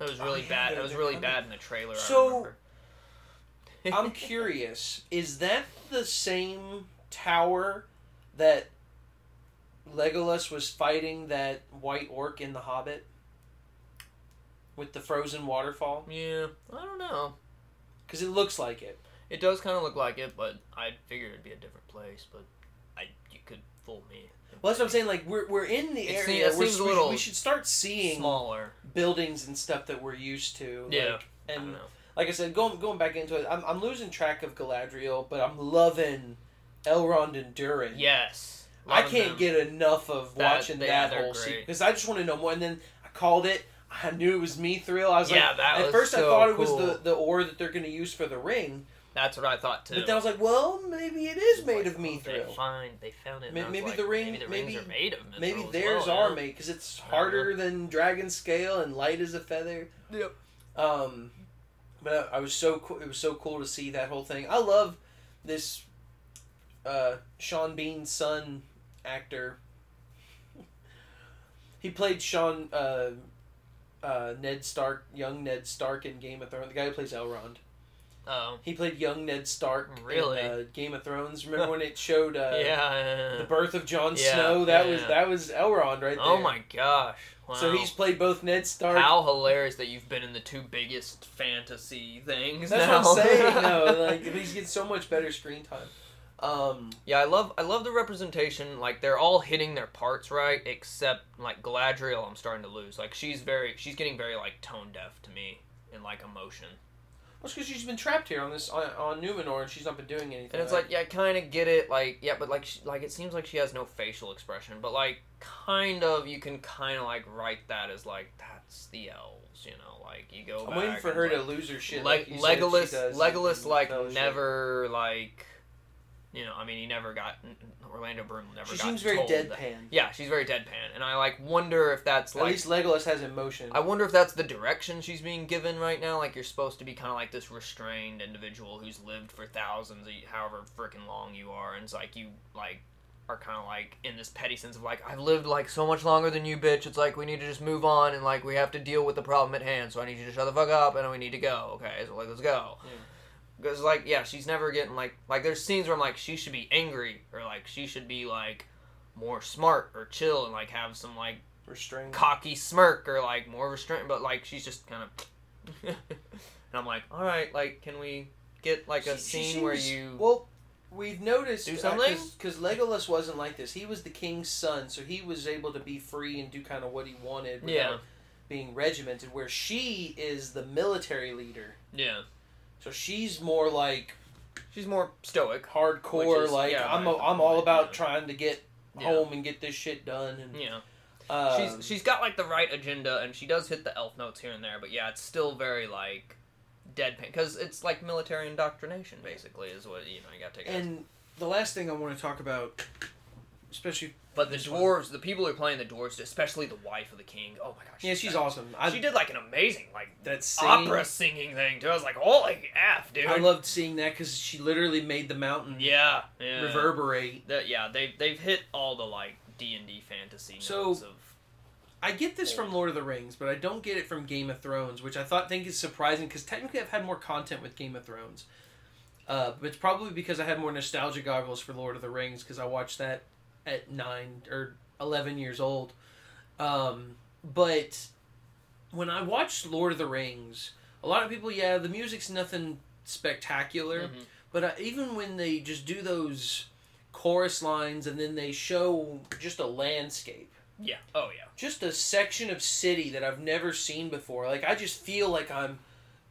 C: That was
B: Oh,
C: really
B: yeah,
C: bad.
B: they're-
C: That was
B: they're
C: really
B: coming.
C: bad in the trailer.
B: So-
C: I remember.
B: I'm curious, (laughs) is that the same tower that Legolas was fighting that white orc in The Hobbit with the frozen waterfall?
C: yeah, I don't know.
B: Because it looks like it.
C: It does kind of look like it, but I figured it'd be a different place. But I, you could fool me.
B: Well, that's what I'm saying. Like we're, we're in the
C: It
B: area.
C: seems- it
B: we're,
C: seems a
B: we should-
C: little
B: we should start seeing
C: Smaller.
B: buildings and stuff that we're used to.
C: Yeah. Uh-huh.
B: like-
C: I don't
B: and
C: know.
B: like I said, going going back into it, I'm, I'm losing track of Galadriel, but I'm loving Elrond and Durin.
C: Yes.
B: I can't get enough of
C: That-
B: watching
C: yeah,
B: that
C: they're
B: whole
C: great.
B: scene because I just want to know more. And then I called it. I knew it was me thrill. I was
C: yeah,
B: like,
C: that
B: at
C: was
B: first I
C: so
B: thought it was
C: cool.
B: the the ore that they're going to use for the ring,
C: That's what I thought too.
B: but then I was like, well, maybe it is made
C: Like,
B: of me
C: oh, They
B: thrill.
C: find they found it. and
B: May-
C: I was
B: maybe
C: like,
B: the ring-
C: Maybe the rings
B: maybe-
C: are made of. mithril
B: Maybe
C: as
B: theirs
C: well,
B: are
C: yeah.
B: made because it's harder than dragon scale and light as a feather.
C: Yep.
B: Um, but I, I was so cool. It was so cool to see that whole thing. I love this uh, Sean Bean's son actor. he played Sean uh, uh, Ned Stark, young Ned Stark in Game of Thrones. The guy who plays Elrond.
C: Oh,
B: He played young Ned Stark
C: Really?
B: in uh, Game of Thrones. Remember when it showed
C: (laughs)
B: uh,
C: yeah.
B: the birth of Jon
C: Yeah,
B: Snow? That
C: yeah,
B: was
C: yeah.
B: that was Elrond right there.
C: oh my gosh! Wow.
B: So he's played both Ned Stark.
C: how hilarious that you've been in the two biggest fantasy things.
B: (laughs) That's
C: now.
B: what I'm saying. No,
C: (laughs)
B: like he's getting so much better screen time. Um,
C: Yeah, I love I love the representation. Like they're all hitting their parts right, except like Galadriel. I'm starting to lose. Like she's very she's getting very like tone deaf to me and like emotion.
B: well, because she's been trapped here on this on, on Numenor and she's not been doing anything.
C: And it's like yeah, I kind of get it. Like yeah, but like she, like it seems like she has no facial expression. But like kind of you can kind of like write that as like that's the elves. You know, like you go.
B: I'm waiting
C: back
B: for
C: and,
B: her
C: like,
B: to lose her shit.
C: Leg-
B: like you said she
C: Legolas,
B: does in
C: Legolas, like
B: Fellowship.
C: never, like, you know, I mean, he never got Orlando Bloom never.
B: She
C: got
B: seems very
C: told that-
B: deadpan.
C: Yeah, she's very deadpan, and I like wonder if that's
B: At
C: like.
B: least Legolas has emotion.
C: I wonder if that's the direction she's being given right now. Like you're supposed to be kind of like this restrained individual who's lived for thousands, of, however freaking long you are, and it's like you like are kind of like in this petty sense of like I've lived like so much longer than you, bitch. It's like we need to just move on and like we have to deal with the problem at hand. So I need you to shut the fuck up and we need to go. Okay, so like let's go.
B: Yeah.
C: Because like yeah, she's never getting like like there's scenes where I'm like she should be angry or like she should be like more smart or chill and like have some like
B: Restrained.
C: cocky smirk or like more restraint, but like she's just kind of. (laughs) and I'm like, all right, like, can we get like a
B: She- she
C: scene where
B: seems-
C: you?
B: well we've noticed
C: Do something?
B: because legolas wasn't like this he was the king's son so he was able to be free and do kind of what he wanted without
C: yeah,
B: being regimented where she is the military leader
C: yeah.
B: so she's more like
C: She's more stoic.
B: hardcore
C: Which is-
B: like
C: yeah,
B: i'm,
C: right,
B: a, I'm
C: right,
B: all about
C: yeah.
B: trying to get
C: Yeah.
B: home and get this shit done and
C: Yeah,
B: um,
C: she's she's got like the right agenda, and she does hit the elf notes here and there, but yeah, it's still very like deadpan because it's like military indoctrination, basically, is what you know you got to take. it as.
B: and the last thing i want to talk about especially
C: but the
B: this one.
C: dwarves, the people who are playing the dwarves, especially the wife of the king. Oh my gosh,
B: yeah she's
C: all.
B: awesome i
C: she did like an amazing like
B: that scene,
C: opera singing thing too. I was like, holy f, dude.
B: i loved seeing that because she literally made the mountain
C: Yeah, yeah.
B: reverberate
C: That- yeah, they they've hit all the like D and D fantasy
B: So-
C: notes of
B: I get this from Lord of the Rings, but I don't get it from Game of Thrones, which I thought think is surprising because technically I've had more content with Game of Thrones. Uh, but it's probably because I had more nostalgia goggles for Lord of the Rings because I watched that at nine or eleven years old. Um, but when I watched Lord of the Rings, a lot of people, yeah, the music's nothing spectacular,
C: Mhm.
B: but I, even when they just do those chorus lines and then they show just a landscape
C: yeah. Oh yeah.
B: just a section of city that I've never seen before. Like I just feel like I'm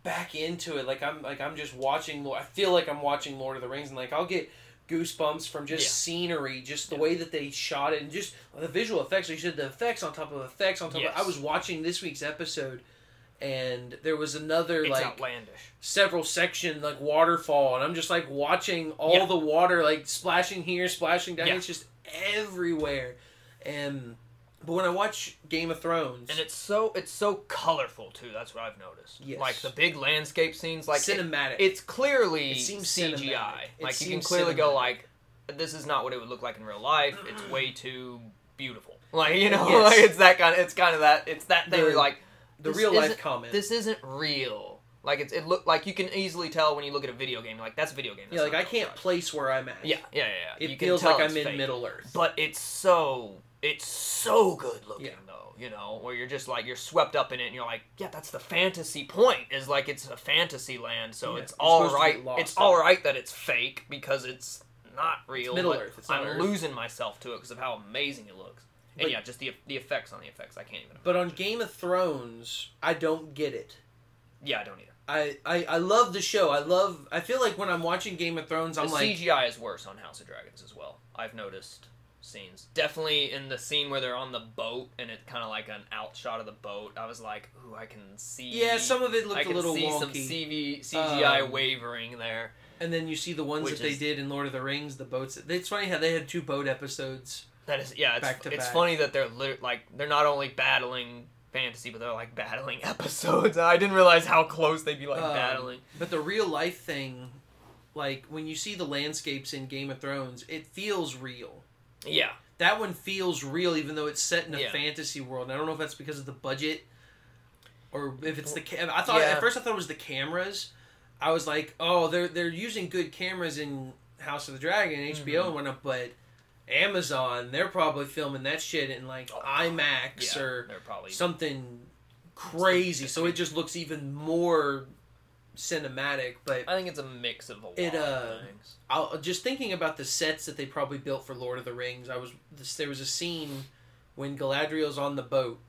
B: back into it. Like I'm like I'm just watching. Lo- I feel like I'm watching Lord of the Rings, and like I'll get goosebumps from just
C: Yeah.
B: scenery, just the
C: Yeah.
B: way that they shot it, and just the visual effects. Like you said, the effects on top of effects on top.
C: Yes.
B: of... I was watching this week's episode, and there was another
C: It's
B: like
C: outlandish.
B: several section like waterfall, and I'm just like watching all
C: Yeah.
B: the water like splashing here, splashing down.
C: Yeah.
B: It's just everywhere, and but when I watch Game of Thrones,
C: And it's so it's so colorful too. That's what I've noticed.
B: Yes.
C: Like the big landscape scenes. Like it-
B: cinematic,
C: it's clearly
B: It seems
C: CGI.
B: cinematic.
C: like
B: It
C: you can
B: seems
C: clearly
B: cinematic.
C: go like, this is not what it would look like in real life. It's
B: (clears throat)
C: way too beautiful. Like you know, (laughs)
B: Yes.
C: like it's that kind. Of, it's kind of that. It's that thing.
B: The-
C: where you're like
B: the
C: this
B: real life
C: isn't-
B: comment.
C: This isn't real. Like it's it look like you can easily tell when you look at a video game. Like that's a video game.
B: yeah,
C: that's
B: like
C: not
B: I
C: real
B: can't
C: life.
B: place where I'm at.
C: Yeah, yeah, yeah. yeah.
B: it
C: you
B: feels
C: can tell
B: like
C: it's
B: I'm in
C: fake.
B: Middle Earth.
C: But it's so it's so good looking
B: Yeah.
C: though, you know, where you're just like you're swept up in it and you're like, yeah, that's the fantasy point is like it's a fantasy land, so
B: Yeah,
C: it's
B: you're
C: all
B: supposed to
C: right.
B: get lost
C: It's
B: in
C: all
B: it.
C: right that it's fake because it's not real.
B: Middle
C: but
B: Earth, it's not
C: I'm
B: Earth.
C: losing myself to it because of how amazing it looks. And
B: But-
C: yeah, just the the effects on the effects. I can't even.
B: but on
C: imagine.
B: Game of Thrones, I don't get it.
C: yeah, I don't either.
B: I, I, I love the show. I love. I feel like when I'm watching Game of Thrones, I'm
C: the
B: like,
C: CGI is worse on House of Dragons as well. I've noticed scenes. Definitely in the scene where they're on the boat and it's kind of like an outshot of the boat. I was like, ooh, I can see.
B: yeah, some of it
C: I
B: looked a
C: can
B: little
C: see
B: wonky.
C: some CV, CGI
B: Um,
C: wavering there.
B: And then you see the ones
C: Which
B: that they
C: is-
B: did in Lord of the Rings, the boats. It's funny how they had two boat episodes.
C: That is, yeah, it's,
B: back to
C: it's
B: back.
C: funny that they're lit- like they're not only battling fantasy, but they're like battling (laughs) episodes. I didn't realize how close they'd be like
B: Um,
C: battling.
B: But the real life thing, like when you see the landscapes in Game of Thrones, it feels real.
C: Yeah,
B: That one feels real, even though it's set in a
C: Yeah.
B: fantasy world. And I don't know if that's because of the budget, or if it's the. Ca- I thought
C: Yeah.
B: at first I thought it was the cameras, I was like, oh, they're they're using good cameras in House of the Dragon, HBO
C: Mhm.
B: and whatnot, but Amazon, they're probably filming that shit in like
C: Oh,
B: IMAX
C: yeah,
B: or
C: they're probably
B: something crazy, so it just looks even more cinematic. But
C: I think it's a mix of a lot
B: It, uh,
C: of things.
B: I'll, just thinking about the sets that they probably built for Lord of the Rings, I was this, there was a scene when Galadriel's on the boat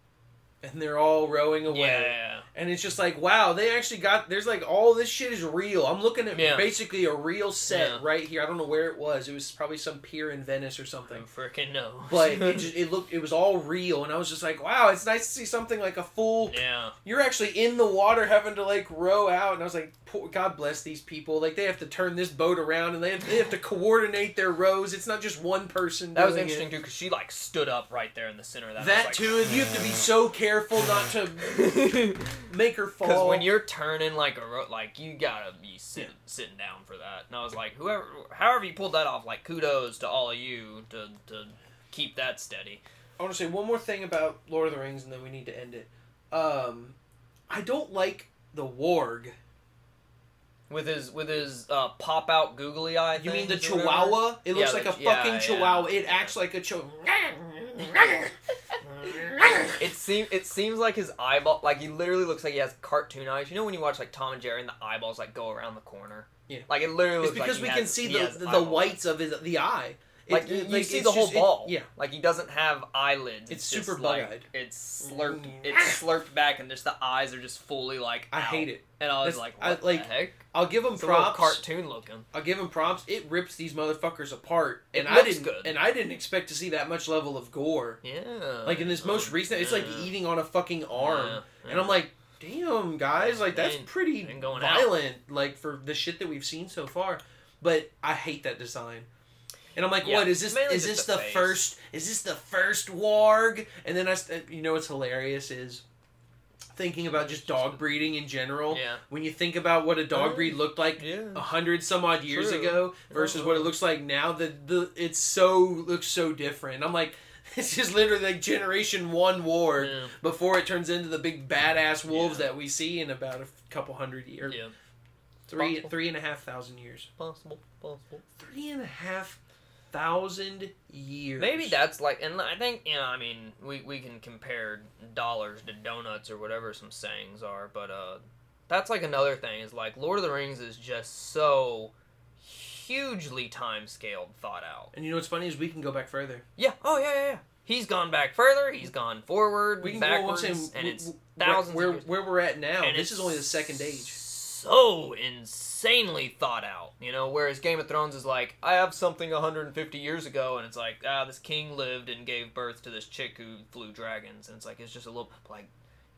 B: and they're all rowing away.
C: Yeah,
B: And it's just like, wow, they actually got there's like all this shit is real. I'm looking at
C: Yeah.
B: basically a real set
C: Yeah.
B: right here. I don't know where it was. It was probably some pier in Venice or something.
C: I freaking know. (laughs)
B: But it just it looked it was all real and I was just like, wow, it's nice to see something like a full
C: yeah,
B: you're actually in the water having to like row out and i was like poor, god bless these people like they have to turn this boat around and they have, they have to coordinate their rows it's not just one person
C: that was
B: doing
C: interesting
B: it.
C: too because she like stood up right there in the center of that.
B: that,
C: I was like,
B: too and you have
C: (laughs)
B: to be so careful not to make her
C: Because
B: fall
C: when you're turning like a ro- like you gotta be sitting sitting down for that. And I was like, whoever, however you pulled that off, like kudos to all of you to to keep that steady.
B: i want to say one more thing about lord of the rings and then we need to end it um i don't like the warg
C: With his with his uh, pop out googly eye.
B: you mean the
C: things or whatever.
B: chihuahua it looks
C: Yeah,
B: like
C: the-
B: a
C: yeah,
B: fucking
C: yeah,
B: chihuahua it
C: yeah.
B: acts like a chihuahua
C: It seems it seems like his eyeball like he literally looks like he has cartoon eyes. You know when you watch like Tom and Jerry and the eyeballs like go around the corner.
B: Yeah.
C: Like it literally.
B: It's
C: looks like
B: because
C: he
B: we
C: has-
B: can see
C: he
B: the,
C: has
B: the, the
C: eyeballs.
B: whites of his, the eye. It-
C: Like you,
B: it-
C: you
B: like,
C: see
B: it's
C: the whole
B: just- it-
C: ball.
B: yeah.
C: Like he doesn't have eyelids.
B: It's
C: just,
B: super
C: like,
B: bug-eyed.
C: It's slurped.
B: Mm.
C: It's slurped back, and just the eyes are just fully like.
B: I
C: out.
B: hate it.
C: And I was
B: That's-
C: like, what
B: I- like,
C: the heck?
B: I'll give him
C: It's a little
B: props.
C: cartoon looking.
B: I'll give him props. It rips these motherfuckers apart,
C: It
B: and I
C: looks
B: didn't.
C: good.
B: And I didn't expect to see that much level of gore.
C: Yeah.
B: Like in this most
C: Um,
B: recent, it's like
C: yeah.
B: eating on a fucking arm,
C: Yeah,
B: and I'm
C: yeah.
B: like, damn guys, like that's
C: Ain't-
B: pretty
C: ain't going out.
B: violent. Like for the shit that we've seen so far, but I hate that design. And I'm like,
C: Yeah,
B: what is this?
C: mainly
B: Is this
C: just
B: the,
C: the face.
B: first? Is this the first warg? And then I, st- you know, what's hilarious is thinking about just dog breeding in general.
C: Yeah.
B: When you think about what a dog
C: Mm.
B: breed looked like a
C: Yeah.
B: hundred some odd years
C: True.
B: ago versus what it
C: Mhm.
B: looks like now. The the it's so looks so different. I'm like, (laughs) this is literally like generation one war
C: Yeah.
B: before it turns into the big badass wolves
C: Yeah.
B: that we see in about a f- couple hundred years,
C: Yeah.
B: three
C: Possible.
B: three and a half thousand years,
C: Possible. Possible.
B: three and a half thousand years.
C: Maybe that's like, and I think you know. I mean, we we can compare dollars to donuts or whatever some sayings are, but uh, that's like another thing is like Lord of the Rings is just so hugely time scaled, thought out.
B: And you know what's funny is we can go back further.
C: Yeah. Oh yeah, yeah. yeah. He's gone back further. He's gone forward,
B: We can
C: backwards,
B: go
C: and it's
B: where-
C: thousands. of
B: Where,
C: years.
B: where we're at now,
C: And
B: this
C: it's
B: is only the second age.
C: So insanely thought out, you know. Whereas Game of Thrones is like, I have something 150 years ago, and it's like, ah, this king lived and gave birth to this chick who flew dragons, and it's like, it's just a little like,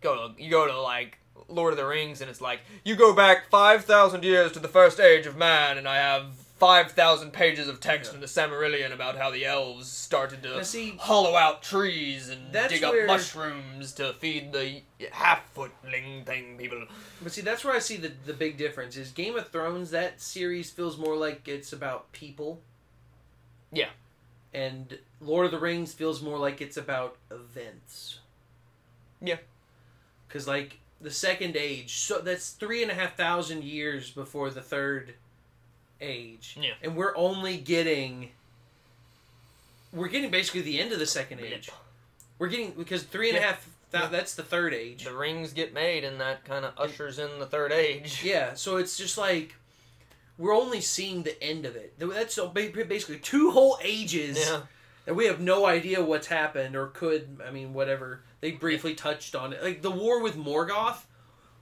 C: go to you go to like Lord of the Rings, and it's like, you go back 5,000 years to the first age of man, and I have. 5,000 pages of text
B: Yeah.
C: from the Silmarillion about how the elves started to
B: Now, see-
C: hollow out trees and
B: That's
C: dig up
B: where-
C: mushrooms to feed the half-footling thing people.
B: But see, that's where I see the the big difference is Game of Thrones. That series feels more like it's about people.
C: Yeah.
B: And Lord of the Rings feels more like it's about events.
C: Yeah.
B: Because like the Second Age, so that's three and a half thousand years before the Third Age.
C: Yeah.
B: And we're only getting. We're getting basically the end of the Second
C: Blip.
B: Age. We're getting because three and a
C: Yeah.
B: half. thou-
C: Yeah.
B: That's the Third Age.
C: the rings get made and that kind of ushers in the third age
B: Yeah, so it's just like we're only seeing the end of it. That's so ba- basically two whole ages
C: yeah
B: that we have no idea what's happened or could. I mean, whatever they briefly touched on it, like the war with Morgoth.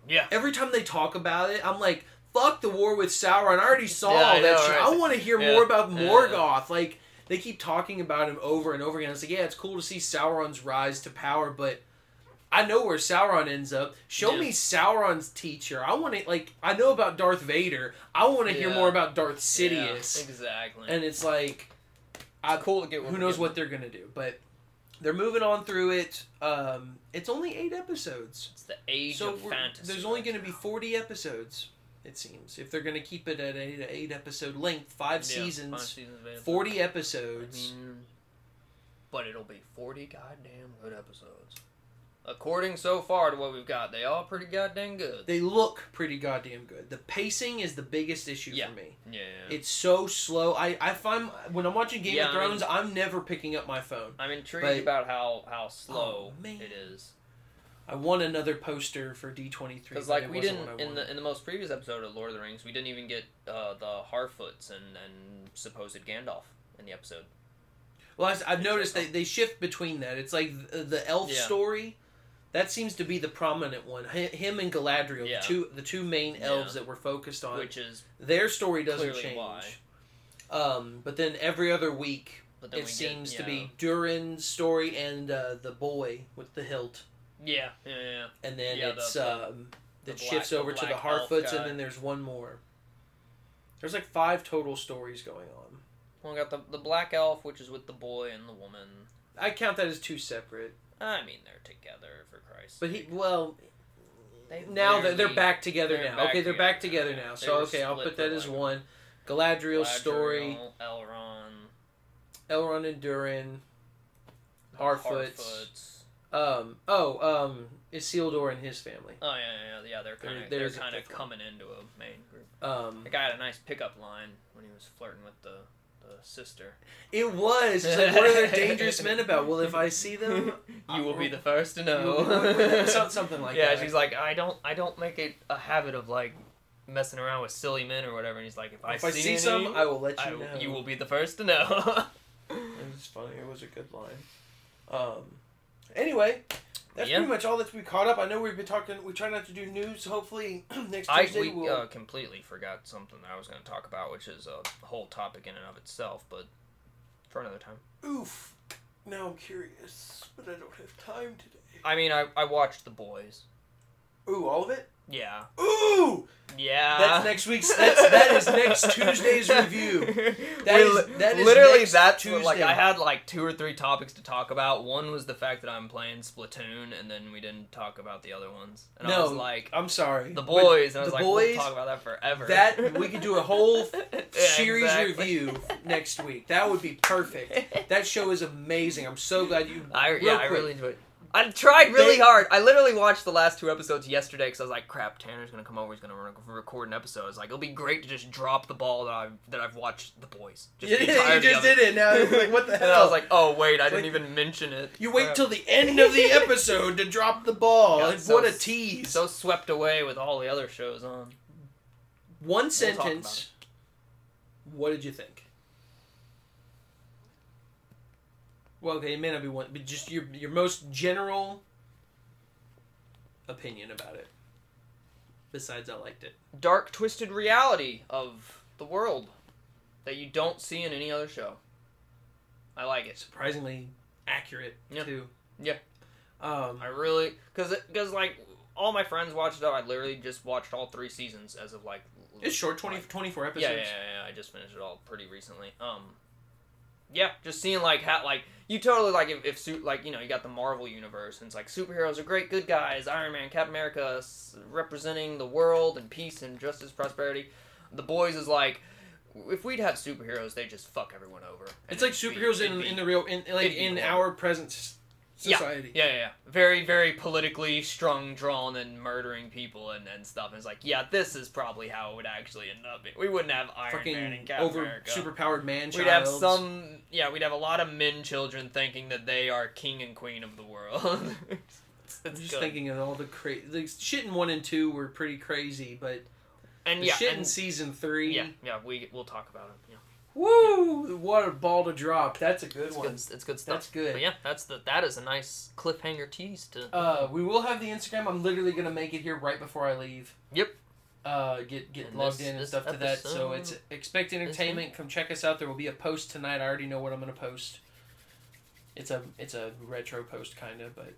C: yeah
B: Every time they talk about it, I'm like, "Fuck the war with Sauron." I already saw
C: Yeah, I
B: all that
C: know,
B: shit.
C: right?
B: I want to hear
C: Yeah,
B: more about
C: yeah.
B: Morgoth. Like they keep talking about him over and over again. It's like, yeah, it's cool to see Sauron's rise to power, but I know where Sauron ends up. Show
C: Yeah.
B: me Sauron's teacher. I want to like I know about Darth Vader. I want to hear
C: Yeah.
B: more about Darth
C: Yeah,
B: Sidious.
C: exactly
B: And it's like, I,
C: cool to get
B: who knows what they're gonna do, but they're moving on through it. Um, it's only eight episodes
C: it's the age
B: so
C: of
B: we're-
C: fantasy
B: there's only
C: right
B: going to
C: now.
B: be 40 episodes it seems if they're going to keep it at eight, eight episode length five
C: Yeah,
B: seasons
C: five seasons available.
B: 40
C: I
B: episodes
C: mean, but it'll be 40 goddamn good episodes according so far to what we've got, they all pretty goddamn good.
B: They look pretty goddamn good. The pacing is the biggest issue
C: Yeah.
B: for me.
C: yeah.
B: It's so slow. I, I find when I'm watching Game
C: Yeah,
B: of
C: I mean-
B: Thrones, I'm never picking up my phone.
C: I'm intrigued
B: but-
C: about how how slow
B: Oh, man.
C: it is
B: I want another poster for D23.
C: because
B: but
C: like
B: it
C: we
B: wasn't
C: didn't
B: what I
C: in the
B: wanted.
C: in the most previous episode of Lord of the Rings, we didn't even get uh, the Harfoots and and supposed Gandalf in the episode.
B: Well, I s- I've noticed they, they shift between that. It's like the, the elf
C: Oh. Yeah.
B: story. That seems to be the prominent one. Hi- Him and Galadriel,
C: Yeah.
B: the two the two main
C: Yeah.
B: elves that we're focused on.
C: Which is,
B: Their story doesn't
C: clearly
B: change.
C: why.
B: Um, but then every other week,
C: but then
B: it
C: we
B: seems
C: get,
B: to
C: yeah.
B: be Durin's story and uh, the boy with the hilt,
C: Yeah, yeah, yeah, yeah.
B: and then
C: Yeah, the-
B: it's um,
C: the
B: it
C: black-
B: shifts
C: the
B: over to the
C: black elf
B: Harfoots,
C: guy.
B: and then there's one more. There's like five total stories going on.
C: Well, we got the the black elf, which is with the boy and the woman.
B: I count that as two separate,
C: I mean, they're together for Christ.
B: but he well
C: They
B: now they're, they're
C: literally-
B: back together
C: they're
B: now.
C: back
B: okay, they're back
C: together
B: together
C: now.
B: now.
C: They
B: So
C: were
B: okay, I'll
C: split
B: put that
C: for
B: as
C: like-
B: one. Galadriel's story,
C: Galadriel, Elrond,
B: Elrond and Durin.
C: the
B: Harfoots. Um, oh, um, Isildur and his family.
C: Oh yeah, yeah, yeah, yeah. They're kind of they're
B: there's a
C: kind of
B: fifth one.
C: coming into a main group.
B: Um,
C: The guy had a nice pickup line when he was flirting with the, the sister.
B: It was. It's like, what are their dangerous men about? Well, if I see them,
C: (laughs) you will be the first to (laughs)
B: Uh, you will
C: know.
B: be- (laughs) it's not something like
C: yeah,
B: that.
C: she's like, I don't, I don't make it a habit of like messing around with silly men or whatever. And he's like, if I
B: if I
C: see,
B: see
C: any,
B: some, I will let you
C: I-
B: know.
C: you will be the first to know.
B: (laughs) It was funny. It was a good line. Um. Anyway, that's
C: Yeah.
B: pretty much all that we caught up. I know we've been talking. We try not to do news. Hopefully (clears throat) next
C: I
B: Tuesday
C: we
B: we'll.
C: uh, completely forgot something that I was going to talk about, which is a whole topic in and of itself, but for another time.
B: Oof. Now I'm curious, but I don't have time today.
C: I mean, I, I watched The Boys.
B: Ooh, all of it.
C: Yeah,
B: Ooh,
C: yeah.
B: that's next week's. That's that is
C: (laughs)
B: next Tuesday's (laughs) review. That
C: We
B: is-
C: li-
B: that is
C: literally
B: next
C: that's what, like
B: Tuesday.
C: I had like two or three topics to talk about. One was the fact that I'm playing Splatoon, and then we didn't talk about the other ones. And I
B: No.
C: was like,
B: I'm sorry.
C: the
B: but
C: boys, and I was
B: the
C: like,
B: boys,
C: we'll talk about that forever.
B: That we could do a
C: (laughs)
B: whole
C: Yeah,
B: series
C: exactly.
B: review next week. That would be (laughs) perfect. That show is amazing. I'm so glad you.
C: I
B: real
C: yeah, I
B: quick.
C: really enjoyed. it. I tried really
B: They-
C: hard. I literally watched the last two episodes yesterday because I was like, "Crap, Tanner's gonna come over. He's gonna re- record an episode." It's like it'll be great to just drop the ball that I've that I've watched The
B: (laughs)
C: Boys. Just
B: You
C: the
B: did it. You
C: entirety
B: just
C: of
B: did it. Now it's like, what
C: (laughs)
B: the
C: And I
B: hell?
C: was like, "Oh wait, I didn't
B: Like-
C: even mention it."
B: you wait
C: Crap.
B: till the end of the episode to drop the
C: (laughs)
B: ball.
C: God,
B: Like,
C: so-
B: what a tease!
C: so swept away with all the other shows on.
B: One
C: talk about
B: sentence. What did you think? Well, okay, it may not be one, but just your your most general opinion about it. Besides, I liked it.
C: Dark, twisted reality of the world that you don't see in any other show. I like it.
B: surprisingly accurate
C: Yeah.
B: too.
C: Yeah.
B: Um,
C: I really because because like all my friends watched it. I literally just watched all three seasons as of like
B: it's short 20,
C: like-
B: 24 episodes.
C: yeah, yeah, yeah, yeah. I just finished it all pretty recently. Um, yeah, just seeing like how like you totally like if, if suit like you know you got the Marvel universe and it's like superheroes are great good guys. Iron Man, Captain America, s- representing the world and peace and justice, prosperity. The boys is like if we'd had superheroes, they just fuck everyone over.
B: It's like
C: It'd be-
B: superheroes
C: it'd
B: in,
C: be-
B: in the real in like
C: it'd be
B: in
C: horrible.
B: our present s-
C: Yeah.
B: society.
C: Yeah, yeah, yeah. Very, very politically strung, drawn, and murdering people and, and stuff. And it's like, yeah, this is probably how it would actually end up. We wouldn't have Iron Man
B: Fucking
C: and Captain
B: over
C: America.
B: superpowered man
C: we'd have some, yeah, we'd have a lot of men children thinking that they are king and queen of the world. (laughs) it's
B: I'm
C: it's
B: just
C: good.
B: thinking of all the crazy the shit in one and two were pretty crazy, but
C: and
B: the
C: yeah,
B: shit in
C: and,
B: season three,
C: yeah, yeah, we we'll talk about it. Yeah,
B: woo, what a ball to drop. That's a good
C: it's
B: one.
C: good. It's good stuff.
B: That's good.
C: But yeah, that's the that is a nice cliffhanger tease to.
B: Uh, we will have the Instagram. I'm literally gonna make it here right before I leave.
C: Yep.
B: Uh, get get
C: And
B: logged
C: this-
B: in and
C: this
B: stuff to that. So
C: episode-
B: it's expect entertainment. Come check us out. There will be a post tonight. I already know what I'm gonna post. It's a it's a retro post kind of, but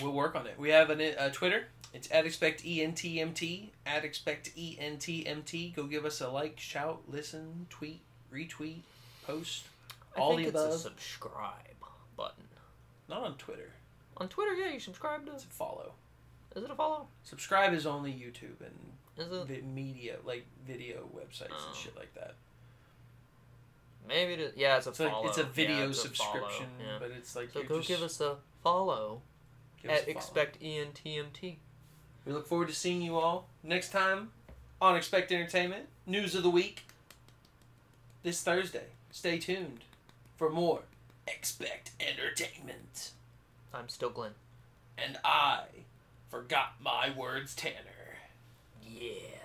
B: we'll work on it. We have an uh, Twitter. It's at expect E entmt at expect E entmt. Go give us a like, shout, listen, tweet, retweet, post. All
C: I think
B: the
C: it's a
B: above.
C: subscribe button
B: Not on Twitter.
C: on Twitter. Yeah, you subscribe to.
B: It's a follow.
C: Is it a follow?
B: Subscribe is only YouTube and
C: Is it?
B: vi- media like video websites
C: Uh. Oh.
B: and shit like that.
C: Maybe it is. Yeah, it's a
D: It's a,
C: follow.
D: it's a video
C: yeah, it's a
D: subscription,
C: follow, yeah.
D: but it's like
C: So
D: you're
C: go
D: just,
C: give us a follow
D: give us
C: at
D: a follow.
C: expect E entmt.
B: We look forward to seeing you all next time on Expect Entertainment News of the Week this Thursday. Stay tuned for more Expect Entertainment.
C: I'm still Glenn.
B: And I forgot my words, Tanner.
C: Yeah.